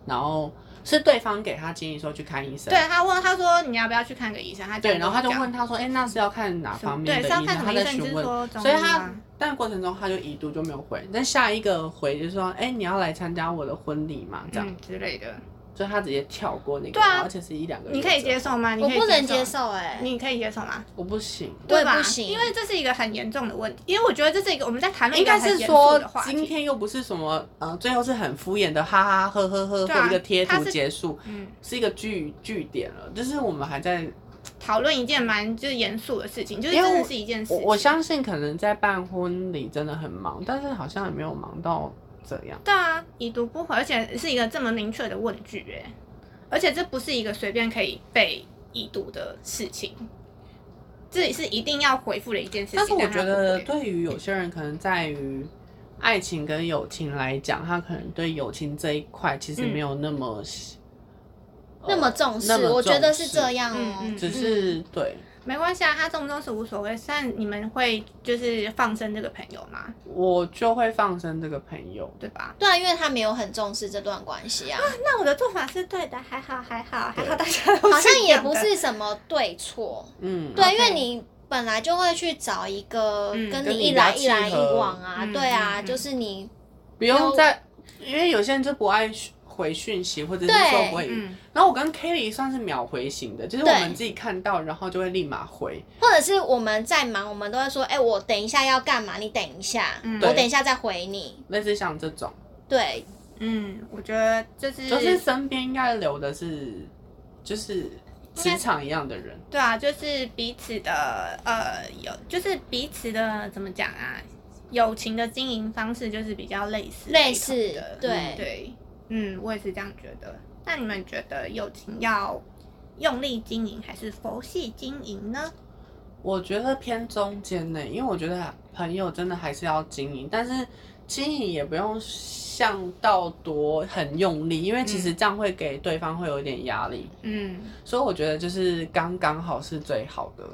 [SPEAKER 3] 然后是对方给他建议说去看医生
[SPEAKER 1] 对，啊他问他说你要不要去看个医生？他这
[SPEAKER 3] 对，
[SPEAKER 1] 样
[SPEAKER 3] 然后他就
[SPEAKER 1] 跟我
[SPEAKER 3] 问他说，哎、那是要看哪
[SPEAKER 1] 讲
[SPEAKER 3] 方面
[SPEAKER 1] 对
[SPEAKER 3] 的
[SPEAKER 1] 是
[SPEAKER 3] 医
[SPEAKER 1] 要
[SPEAKER 3] 生？
[SPEAKER 1] 看什
[SPEAKER 3] 他
[SPEAKER 1] 么医
[SPEAKER 3] 在
[SPEAKER 1] 生？你是
[SPEAKER 3] 询问，
[SPEAKER 1] 说中医
[SPEAKER 3] 所以他
[SPEAKER 1] 吗
[SPEAKER 3] 但过程中他就已读就没有回，但下一个回就说，哎、你要来参加我的婚礼嘛，这样。
[SPEAKER 1] 嗯之类的。
[SPEAKER 3] 就他直接跳过那个，
[SPEAKER 1] 对啊
[SPEAKER 3] 然后而且是一两个月，
[SPEAKER 1] 你可以接，受吗？你
[SPEAKER 2] 我
[SPEAKER 1] 可以
[SPEAKER 2] 不能接
[SPEAKER 1] 受
[SPEAKER 2] 受哎、
[SPEAKER 1] 吗，你可以接受吗？
[SPEAKER 3] 我不行。
[SPEAKER 2] 我也
[SPEAKER 1] 对吧？
[SPEAKER 2] 不行
[SPEAKER 1] 因为这是一个很严重的问题，因为我觉得这是一个我们在谈论
[SPEAKER 3] 啊应
[SPEAKER 1] 一个
[SPEAKER 3] 该
[SPEAKER 1] 很
[SPEAKER 3] 是
[SPEAKER 1] 严肃
[SPEAKER 3] 说
[SPEAKER 1] 的话，
[SPEAKER 3] 今
[SPEAKER 1] 题。
[SPEAKER 3] 天又不是什么，呃，最后是很敷衍的，哈哈呵呵呵，
[SPEAKER 1] 对啊
[SPEAKER 3] 或一个贴
[SPEAKER 1] 它
[SPEAKER 3] 图
[SPEAKER 1] 是
[SPEAKER 3] 结束，
[SPEAKER 1] 嗯，
[SPEAKER 3] 是一个句句点了。就是我们还在，
[SPEAKER 1] 讨论一件蛮就是严肃的事情，就是
[SPEAKER 3] 因为
[SPEAKER 1] 真的
[SPEAKER 3] 我
[SPEAKER 1] 是一件事
[SPEAKER 3] 我
[SPEAKER 1] 情。
[SPEAKER 3] 我相信可能在办婚礼真的很忙，但是好像也没有忙到这样。
[SPEAKER 1] 对啊，已读不回，而且是一个这么明确的问句，哎，而且这不是一个随便可以被已读的事情，这是一定要回复的一件事情。
[SPEAKER 3] 但是我觉得，
[SPEAKER 1] 对，
[SPEAKER 3] 对于有些人，可能在于爱情跟友情来讲，他可能对友情这一块其实没有那么、呃
[SPEAKER 2] 嗯那么重视，
[SPEAKER 3] 那么
[SPEAKER 2] 我觉得
[SPEAKER 3] 重
[SPEAKER 2] 是
[SPEAKER 3] 视
[SPEAKER 2] 这样哦、
[SPEAKER 1] 嗯嗯
[SPEAKER 3] 只是、对
[SPEAKER 1] 没关系啊，他重不重视无所谓。但你们会就是放生这个朋友嘛，
[SPEAKER 3] 我就会放生这个朋友。
[SPEAKER 1] 对吧？
[SPEAKER 2] 对啊，因为他没有很重视这段关系啊，
[SPEAKER 1] 那我的做法是对的，还好，还好，还好，大家都
[SPEAKER 2] 好像
[SPEAKER 1] 一
[SPEAKER 2] 也
[SPEAKER 1] 样的
[SPEAKER 2] 不是什么对错，
[SPEAKER 3] 嗯，
[SPEAKER 2] 对，
[SPEAKER 1] OK
[SPEAKER 2] 因为你本来就会去找一个
[SPEAKER 1] 嗯
[SPEAKER 2] 跟
[SPEAKER 3] 跟
[SPEAKER 2] 你
[SPEAKER 3] 你
[SPEAKER 2] 一
[SPEAKER 3] 比较
[SPEAKER 2] 来一
[SPEAKER 3] 契
[SPEAKER 2] 来一
[SPEAKER 3] 合
[SPEAKER 2] 往啊，
[SPEAKER 1] 嗯
[SPEAKER 2] 对啊，
[SPEAKER 1] 嗯嗯
[SPEAKER 2] 就是你
[SPEAKER 3] 不用再，因为有些人就不爱讯回讯息，或者是
[SPEAKER 2] 对
[SPEAKER 3] 说回。
[SPEAKER 1] 嗯，
[SPEAKER 3] 然后我跟 Kelly 算是秒回型的，就是我
[SPEAKER 2] 对
[SPEAKER 3] 们自己看到，然后就会立马回。
[SPEAKER 2] 或者是我们在忙，我们都会说，哎、我等一下要干嘛？你等一下，
[SPEAKER 1] 嗯
[SPEAKER 2] 我
[SPEAKER 3] 对
[SPEAKER 2] 等一下再回你。
[SPEAKER 3] 类似像这种，
[SPEAKER 2] 对，
[SPEAKER 1] 嗯，我觉得这是
[SPEAKER 3] 就是身边应该留的是，就是职场一样的人。
[SPEAKER 1] 对啊，就是彼此的呃有，就是彼此的怎么讲啊，友情的经营方式就是比较类似
[SPEAKER 2] 类似
[SPEAKER 1] 类同的
[SPEAKER 2] 对
[SPEAKER 1] 嗯对，嗯，我也是这样觉得。那你们觉得友情要用力经营还是佛系经营呢？
[SPEAKER 3] 我觉得偏中间呢，因为我觉得朋友真的还是要经营，但是经营也不用像到多很用力，因为其实这样会给对方会有一点压力，
[SPEAKER 1] 嗯，
[SPEAKER 3] 所以我觉得就是刚刚好是最好的。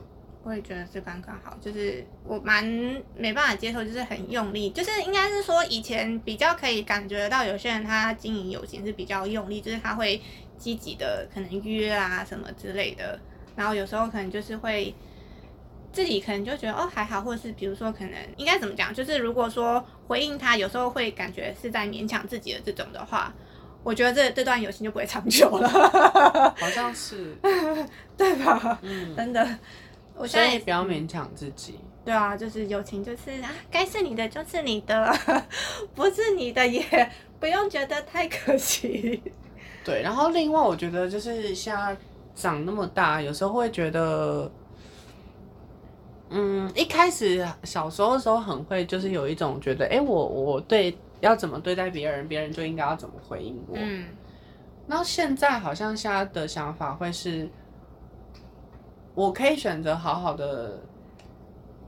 [SPEAKER 1] 我也觉得是刚刚好，就是我蛮没办法接受，就是很用力，就是应该是说以前比较可以感觉到有些人他经营友情是比较用力，就是他会积极的可能约啊什么之类的，然后有时候可能就是会自己可能就觉得哦还好，或者是比如说可能应该怎么讲，就是如果说回应他有时候会感觉是在勉强自己的这种的话，我觉得这这段友情就不会长久了，
[SPEAKER 3] 好像是，
[SPEAKER 1] 对吧？
[SPEAKER 3] 嗯，
[SPEAKER 1] 真的，我现
[SPEAKER 3] 所
[SPEAKER 1] 在也
[SPEAKER 3] 以不要勉强自己。
[SPEAKER 1] 对啊，就是友情，就是啊，该是你的就是你的， 不是你的也不用觉得太可惜。
[SPEAKER 3] 对，然后另外我觉得就是现在长那么大，有时候会觉得，嗯，一开始小时候的时候很会，就是有一种觉得，哎、我我对要怎么对待别人，别人就应该要怎么回应我。
[SPEAKER 1] 嗯，
[SPEAKER 3] 然后现在好像现在的想法会是，我可以选择好好的，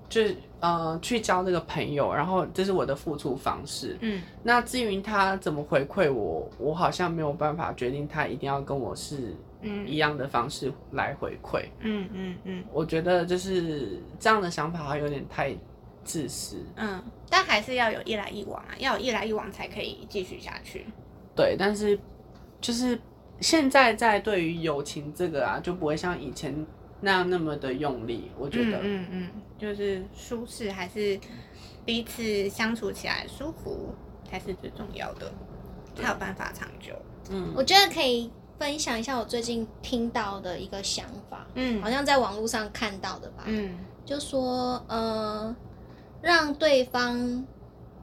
[SPEAKER 3] 就是呃去交这个朋友，然后这是我的付出方式。
[SPEAKER 1] 嗯，
[SPEAKER 3] 那至于他怎么回馈我，我好像没有办法决定他一定要跟我是一
[SPEAKER 1] 嗯，
[SPEAKER 3] 样的方式来回馈。
[SPEAKER 1] 嗯，嗯，嗯，
[SPEAKER 3] 我觉得就是这样的想法好像有点太自私。
[SPEAKER 1] 嗯，但还是要有一来一往啊，要有一来一往才可以继续下去。
[SPEAKER 3] 对，但是就是现在在对于友情这个啊，就不会像以前那样那么的用力。我觉得，
[SPEAKER 1] 嗯嗯，就是舒适还是彼此相处起来舒服才是最重要的，才有办法长久。
[SPEAKER 3] 嗯
[SPEAKER 2] 我觉得可以分享一下我最近听到的一个想法，
[SPEAKER 1] 嗯
[SPEAKER 2] 好像在网络上看到的吧，
[SPEAKER 1] 嗯
[SPEAKER 2] 就说，呃，让对方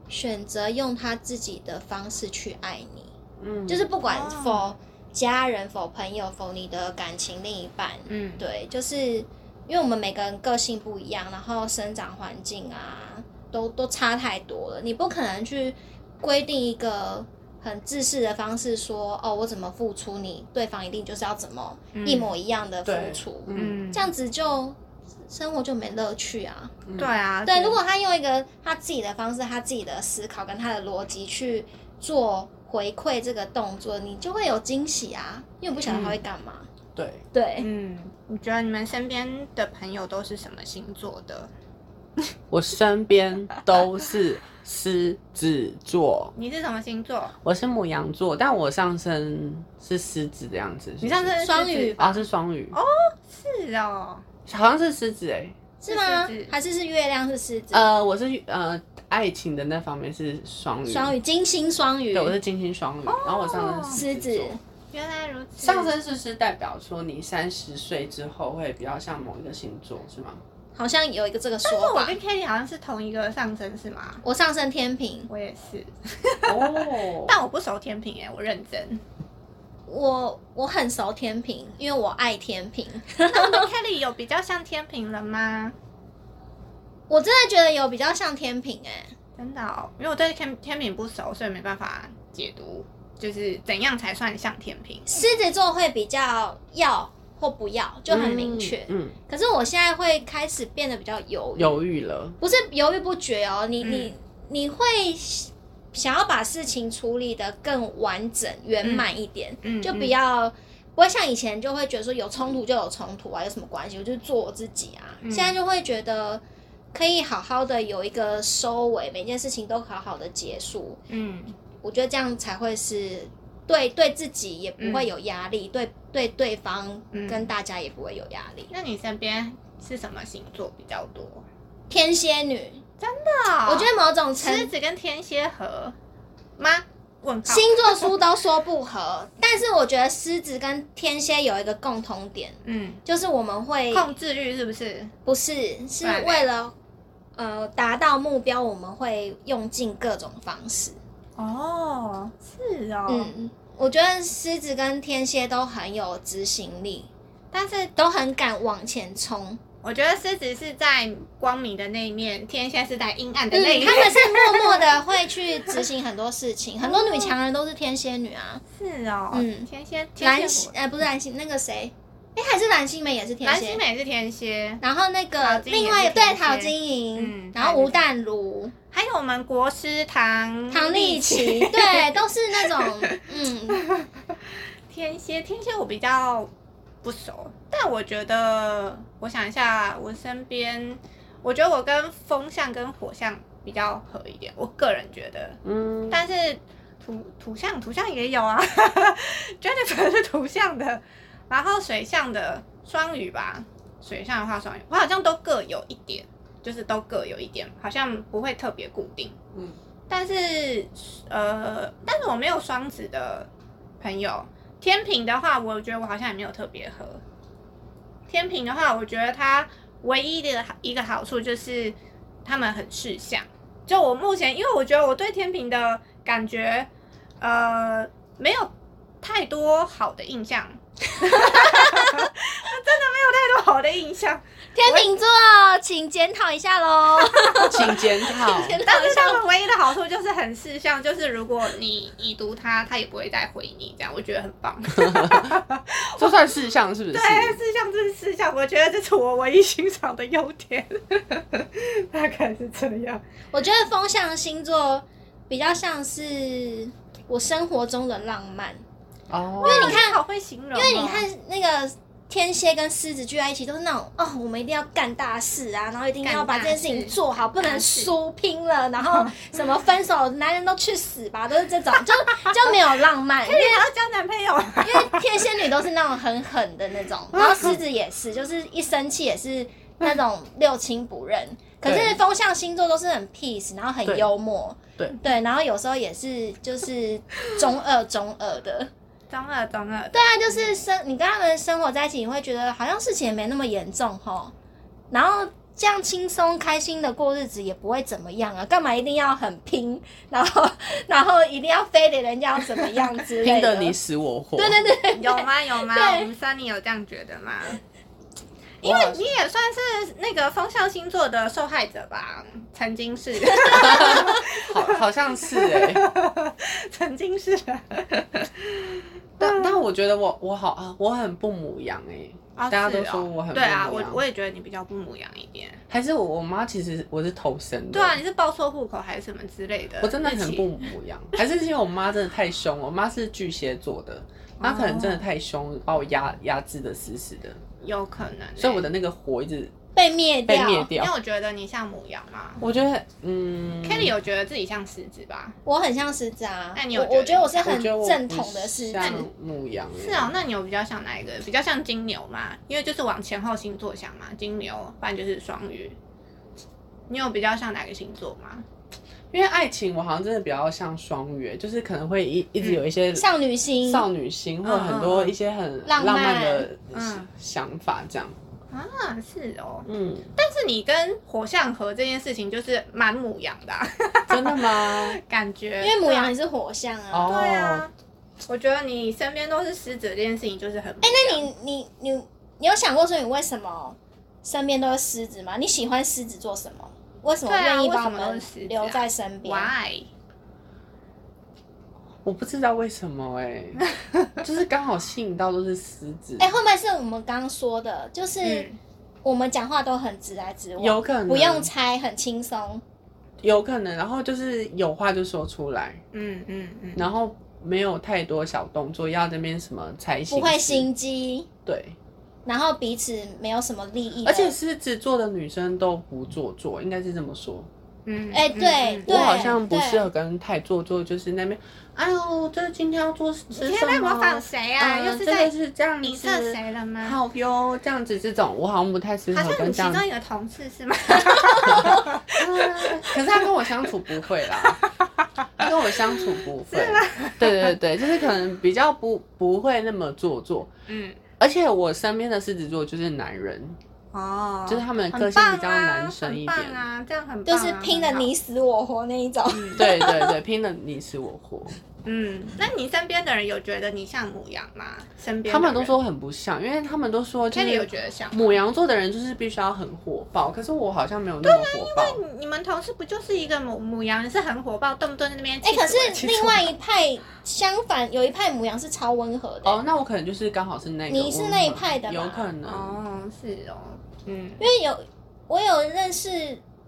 [SPEAKER 2] 选择用他自己的方式去爱你。
[SPEAKER 3] 嗯，
[SPEAKER 2] 就是不管
[SPEAKER 1] 哦
[SPEAKER 2] 否家人、否朋友、否你的感情另一半，
[SPEAKER 1] 嗯，
[SPEAKER 2] 对，就是因为我们每个人个性不一样，然后生长环境啊，都都差太多了，你不可能去规定一个。很自私的方式说哦，我怎么付出你，对方一定就是要怎么一模一样的付
[SPEAKER 3] 对
[SPEAKER 2] 出，
[SPEAKER 3] 嗯
[SPEAKER 2] 这样子就生活就没乐趣啊。
[SPEAKER 3] 嗯
[SPEAKER 1] 对啊，
[SPEAKER 2] 对，如果他用一个他自己的方式、他自己的思考跟他的逻辑去做回馈这个动作，你就会有惊喜啊，因为不晓得他会干嘛。
[SPEAKER 3] 对，
[SPEAKER 2] 对，
[SPEAKER 1] 嗯，你觉得你们身边的朋友都是什么星座的？
[SPEAKER 3] 我身边都是狮子座。
[SPEAKER 1] 你是什么星座？
[SPEAKER 3] 我是母羊座，但我上身是狮子的样子。
[SPEAKER 1] 你上次是狮子
[SPEAKER 2] 双鱼
[SPEAKER 3] 啊是双鱼哦，
[SPEAKER 1] 是哦，
[SPEAKER 3] 好像是狮子哎、
[SPEAKER 2] 是吗
[SPEAKER 1] 是狮子？
[SPEAKER 2] 还是是月亮是狮子？
[SPEAKER 3] 呃，我是呃爱情的那方面是双鱼，
[SPEAKER 2] 双鱼，金星双鱼
[SPEAKER 1] 哦
[SPEAKER 3] 对，，我是金星双鱼，然后我上身
[SPEAKER 2] 狮
[SPEAKER 3] 子
[SPEAKER 2] 子
[SPEAKER 3] 座。
[SPEAKER 1] 原来如此。
[SPEAKER 3] 上升是是代表说你三十岁之后会比较像某一个星座是吗？
[SPEAKER 2] 好像有一个这个
[SPEAKER 1] 但是
[SPEAKER 2] 说
[SPEAKER 1] 哦我
[SPEAKER 2] 法。
[SPEAKER 1] 跟 Kelly 好像是同一个上升是吗？
[SPEAKER 2] 我上升天平，
[SPEAKER 1] 我也是，
[SPEAKER 3] 哦，
[SPEAKER 1] 但我不熟天平哎、我认真。
[SPEAKER 2] 我我很熟天平，因为我爱天平。
[SPEAKER 1] 那我跟 Kelly 有比较像天平人吗？
[SPEAKER 2] 我真的觉得有比较像天平哎、
[SPEAKER 1] 真的哦，因为我对天天平不熟，所以没办法解读，就是怎样才算像天平。
[SPEAKER 2] 狮子座会比较要或不要，就很明确。
[SPEAKER 3] 嗯，
[SPEAKER 2] 可是我现在会开始变得比较犹豫，
[SPEAKER 3] 犹豫了，
[SPEAKER 2] 不是犹豫不决哦，你、
[SPEAKER 1] 嗯
[SPEAKER 2] 你你会想要把事情处理的更完整圆满一点，
[SPEAKER 1] 嗯
[SPEAKER 2] 就
[SPEAKER 1] 嗯
[SPEAKER 2] 比较不会像以前就会觉得说有冲突就有冲突啊，有什么关系？我就做我自己啊。
[SPEAKER 1] 嗯
[SPEAKER 2] 现在就会觉得可以好好的有一个收尾，每件事情都好好的结束。
[SPEAKER 1] 嗯，
[SPEAKER 2] 我觉得这样才会是对对自己也不会有压力，对对对方
[SPEAKER 1] 嗯
[SPEAKER 2] 跟大家也不会有压力。
[SPEAKER 1] 那你身边是什么星座比较多？
[SPEAKER 2] 天蝎女，
[SPEAKER 1] 啊
[SPEAKER 2] 我觉得某种程
[SPEAKER 1] 狮子跟天蝎合吗？问号。
[SPEAKER 2] 星座书都说不合， 但是我觉得狮子跟天蝎有一个共同点，
[SPEAKER 1] 嗯，
[SPEAKER 2] 就是我们会
[SPEAKER 1] 控啊制欲是不是？
[SPEAKER 2] 不是是
[SPEAKER 1] 不然嘞
[SPEAKER 2] 为了呃达到目标，我们会用尽各种方式。
[SPEAKER 1] 哦，是哦。
[SPEAKER 2] 嗯，我觉得狮子跟天蝎都很有执行力，
[SPEAKER 1] 但是
[SPEAKER 2] 都很敢往前冲。
[SPEAKER 1] 我觉得狮子是在光明的那一面，天蝎是在阴暗的
[SPEAKER 2] 嗯，
[SPEAKER 1] 那一面。
[SPEAKER 2] 他们是默默的会去执行很多 事情，很多女强人都是天蝎女啊。
[SPEAKER 1] 是哦，
[SPEAKER 2] 嗯
[SPEAKER 1] 天蝎，
[SPEAKER 2] 蓝
[SPEAKER 1] 天
[SPEAKER 2] 心
[SPEAKER 1] 蝎
[SPEAKER 2] 呃不是蓝心，那个谁，哎、还是蓝心湄也是
[SPEAKER 1] 火，
[SPEAKER 2] 天
[SPEAKER 1] 蓝
[SPEAKER 2] 蝎
[SPEAKER 1] 心。湄是天蝎，
[SPEAKER 2] 然后那
[SPEAKER 1] 陶
[SPEAKER 2] 个
[SPEAKER 1] 晶莹
[SPEAKER 2] 另
[SPEAKER 1] 也
[SPEAKER 2] 外
[SPEAKER 1] 是
[SPEAKER 2] 对
[SPEAKER 1] 天蝎
[SPEAKER 2] 陶晶莹
[SPEAKER 1] 嗯，
[SPEAKER 2] 然后吴淡如、
[SPEAKER 1] 还有我们国师嗯唐
[SPEAKER 2] 唐丽
[SPEAKER 1] 奇
[SPEAKER 2] 琪，对，都是那种 嗯，
[SPEAKER 1] 天蝎，天蝎我比较不熟，但我觉得，我想一下，我身边，我觉得我跟风象跟火象比较合一点，我个人觉得，
[SPEAKER 3] 嗯，
[SPEAKER 1] 但是土土象土象也有啊，Jennifer 是土象的，然后水象的双鱼吧，水象的话双鱼，我好像都各有一点，就是都各有一点，好像不会特别固定。
[SPEAKER 3] 嗯
[SPEAKER 1] 但是呃，但是我没有双子的朋友。天平的话，我觉得我好像也没有特别合。天平的话，我觉得它唯一的一个好处就是他们很事项。就我目前，因为我觉得我对天平的感觉，呃，没有太多好的印象。真的没有太多好的印象，
[SPEAKER 2] 天秤座，请检讨一下 喽。
[SPEAKER 3] 请检 讨，
[SPEAKER 2] 检讨
[SPEAKER 1] 但
[SPEAKER 2] 一
[SPEAKER 1] 是
[SPEAKER 2] 下
[SPEAKER 1] 他们唯一的好处就是很事项，就是如果你已读他，他也不会再回你，这样我觉得很棒。
[SPEAKER 3] 这算事项是不是？
[SPEAKER 1] 对，事项这是事项，我觉得这是我唯一欣赏的优点， 大概是这样。
[SPEAKER 2] 我觉得风象星座比较像是我生活中的浪漫，
[SPEAKER 3] 哦，
[SPEAKER 1] 因为你看，好会形容、哦
[SPEAKER 2] 因为你，看那个。天蝎跟狮子聚在一起都是那种哦，我们一定要干大事啊，然后一定要
[SPEAKER 1] 干大
[SPEAKER 2] 把这件事情做好，不能
[SPEAKER 1] 大事
[SPEAKER 2] 输拼了，然 后什么分手，男人都去死吧，都是这种，就就没有 浪漫。因为
[SPEAKER 1] 你要交男朋友，
[SPEAKER 2] 因为天蝎女都是那种很狠的那种，
[SPEAKER 3] 嗯
[SPEAKER 2] 然后狮子也是，就是一生气也是那种六亲不认。可是
[SPEAKER 3] 对
[SPEAKER 2] 风象星座都是很 peace，然后很
[SPEAKER 3] 对
[SPEAKER 2] 幽默，
[SPEAKER 3] 对
[SPEAKER 2] 对，然后有时候也是就是中二中二的，
[SPEAKER 1] 中二中二，
[SPEAKER 2] 对啊，就是生你跟他们生活在一起，你会觉得好像事情也没那么严重吼，然后这样轻松开心的过日子也不会怎么样啊，干嘛一定要很拼， 然后然后一定要非得人家要怎么样之类
[SPEAKER 3] 拼
[SPEAKER 2] 的，
[SPEAKER 3] 得你死我活，
[SPEAKER 2] 啊对对对
[SPEAKER 1] 有吗？有吗？
[SPEAKER 2] 对
[SPEAKER 1] 我们三，你有这样觉得吗？
[SPEAKER 3] 因为
[SPEAKER 1] 你也算是那个风象星座的受害者吧，曾经 是，
[SPEAKER 3] 好好像是哎、
[SPEAKER 1] 曾经是。
[SPEAKER 3] 但但我觉得我我好啊，我很不母羊哎、
[SPEAKER 1] 啊
[SPEAKER 3] 大家都
[SPEAKER 1] 是哦
[SPEAKER 3] 说我很
[SPEAKER 1] 对啊，
[SPEAKER 3] 不母
[SPEAKER 1] 我
[SPEAKER 3] 羊
[SPEAKER 1] 我也觉得你比较不母羊一点。
[SPEAKER 3] 还是我我妈其实我是头生的，
[SPEAKER 1] 对啊，你是报错户口还是什么之类的？
[SPEAKER 3] 我真的
[SPEAKER 1] 日
[SPEAKER 3] 很
[SPEAKER 1] 期
[SPEAKER 3] 不母 羊，还是是因为我妈真的太凶了，我妈是巨蟹座的，她可能真的太凶了，把我压压制的死死的，
[SPEAKER 1] 有可能欸、
[SPEAKER 3] 所以我的那个火一直
[SPEAKER 2] 被灭
[SPEAKER 3] 被
[SPEAKER 2] 掉，
[SPEAKER 3] 灭
[SPEAKER 1] 因
[SPEAKER 3] 掉
[SPEAKER 1] 为。我觉得你像母羊嘛。
[SPEAKER 3] 我觉得，嗯
[SPEAKER 1] Kelly 有觉得自己像狮子吧？
[SPEAKER 2] 我很像狮子啊，
[SPEAKER 1] 那你有觉得
[SPEAKER 2] 我我觉得我是
[SPEAKER 3] 我
[SPEAKER 2] 很
[SPEAKER 3] 觉得我
[SPEAKER 2] 正
[SPEAKER 3] 不
[SPEAKER 2] 统的狮子，
[SPEAKER 3] 像母羊欸，
[SPEAKER 1] 是哦，那你有比较像哪一个？比较像金牛嘛？因为就是往前后星座想嘛，金牛，不然就是双鱼。你有比较像哪个星座吗？
[SPEAKER 3] 因为爱情我好像真的比较像双鱼，欸就是可能会一
[SPEAKER 1] 嗯
[SPEAKER 3] 一直有一些
[SPEAKER 2] 少女心，
[SPEAKER 3] 少女心，或者很多一些很
[SPEAKER 2] 浪
[SPEAKER 3] 浪
[SPEAKER 2] 漫
[SPEAKER 3] 漫的
[SPEAKER 1] 嗯
[SPEAKER 3] 想法这样。
[SPEAKER 1] 啊，是哦。
[SPEAKER 3] 嗯，
[SPEAKER 1] 但是你跟火象合这件事情就是蛮母羊的啊、
[SPEAKER 3] 真的吗？
[SPEAKER 1] 感觉，
[SPEAKER 2] 因为母羊
[SPEAKER 1] 对
[SPEAKER 2] 也是火象啊。
[SPEAKER 3] 哦，
[SPEAKER 1] 啊对啊。我觉得你身边都是狮子这件事情就是很，哎、
[SPEAKER 2] 那你你你你有想过说你为什么身边都是狮子吗？你喜欢狮子做什么？为什么
[SPEAKER 1] 对啊
[SPEAKER 2] 愿意把我
[SPEAKER 1] 为什么
[SPEAKER 2] 们
[SPEAKER 1] 都是狮子啊
[SPEAKER 2] 留在身边？
[SPEAKER 1] why？
[SPEAKER 3] 我不知道为什么哎、 就是刚好吸引到都是狮子，
[SPEAKER 2] 哎、会不会是我们刚刚说的，就是
[SPEAKER 1] 嗯，
[SPEAKER 2] 我们讲话都很直来直往，
[SPEAKER 3] 有可能
[SPEAKER 2] 不用猜，很轻松。
[SPEAKER 3] 有可能，然后就是有话就说出来，
[SPEAKER 1] 嗯嗯嗯，
[SPEAKER 3] 然后没有太多小动作，要这边什么才行，
[SPEAKER 2] 不会心机，
[SPEAKER 3] 对，
[SPEAKER 2] 然后彼此没有什么利益的，
[SPEAKER 3] 而且狮子座的女生都不做作，应该是这么说。
[SPEAKER 1] 嗯，
[SPEAKER 2] 哎
[SPEAKER 1] 嗯
[SPEAKER 2] 对
[SPEAKER 1] 嗯
[SPEAKER 2] 对
[SPEAKER 3] 我好像不
[SPEAKER 2] 对
[SPEAKER 3] 适合跟太做作，就是那边，哎呦，这今天要做吃
[SPEAKER 1] 天
[SPEAKER 3] 什
[SPEAKER 1] 在
[SPEAKER 3] 么？
[SPEAKER 1] 模仿谁啊？
[SPEAKER 3] 嗯
[SPEAKER 1] 又是
[SPEAKER 3] 这
[SPEAKER 1] 在
[SPEAKER 3] 个是这样
[SPEAKER 1] 影射
[SPEAKER 3] 子，
[SPEAKER 1] 谁了吗？
[SPEAKER 3] 好哟，这样子这种，我好像不太适
[SPEAKER 1] 好
[SPEAKER 3] 合
[SPEAKER 1] 像
[SPEAKER 3] 跟
[SPEAKER 1] 你
[SPEAKER 3] 这
[SPEAKER 1] 其
[SPEAKER 3] 样
[SPEAKER 1] 中有同事 是吗？
[SPEAKER 3] 可是他跟我相处不会 啦，他跟我相处不会，
[SPEAKER 1] 啊
[SPEAKER 3] 对对对，就是可能比较不不会那么做作，
[SPEAKER 1] 嗯，
[SPEAKER 3] 而且我身边的狮子座就是男人，
[SPEAKER 1] 哦，
[SPEAKER 3] 就是他们的
[SPEAKER 1] 很
[SPEAKER 3] 个性
[SPEAKER 1] 棒
[SPEAKER 3] 比较
[SPEAKER 1] 啊
[SPEAKER 3] 男生一
[SPEAKER 1] 很
[SPEAKER 3] 点，
[SPEAKER 1] 棒啊，这样很棒
[SPEAKER 2] 就
[SPEAKER 1] 啊
[SPEAKER 2] 是拼的，
[SPEAKER 1] 很
[SPEAKER 2] 你
[SPEAKER 1] 好
[SPEAKER 2] 死我活那一种。
[SPEAKER 3] 对对对，拼了你死我 活。
[SPEAKER 1] 嗯，那你身边的人有觉得你像母羊吗？身边的
[SPEAKER 3] 他们都
[SPEAKER 1] 人，
[SPEAKER 3] 说很不像，因为他们都说就
[SPEAKER 1] 那你有
[SPEAKER 3] 是
[SPEAKER 1] 觉得像吗？
[SPEAKER 3] 母羊座的人就是必须要很火爆，可是我好像没有那么火爆。
[SPEAKER 1] 你们同事不就是一个母母羊是很火爆，动不动在那边？
[SPEAKER 2] 哎、可
[SPEAKER 3] 其
[SPEAKER 2] 是
[SPEAKER 3] 实
[SPEAKER 2] 另
[SPEAKER 3] 我
[SPEAKER 2] 外一派相反，有一派母羊是超温和的，
[SPEAKER 3] 哦，那我可能就是刚好是那个温和，
[SPEAKER 2] 你是那一派的吧
[SPEAKER 3] 有可能。
[SPEAKER 1] 哦，是哦，嗯，
[SPEAKER 2] 因为有我有认识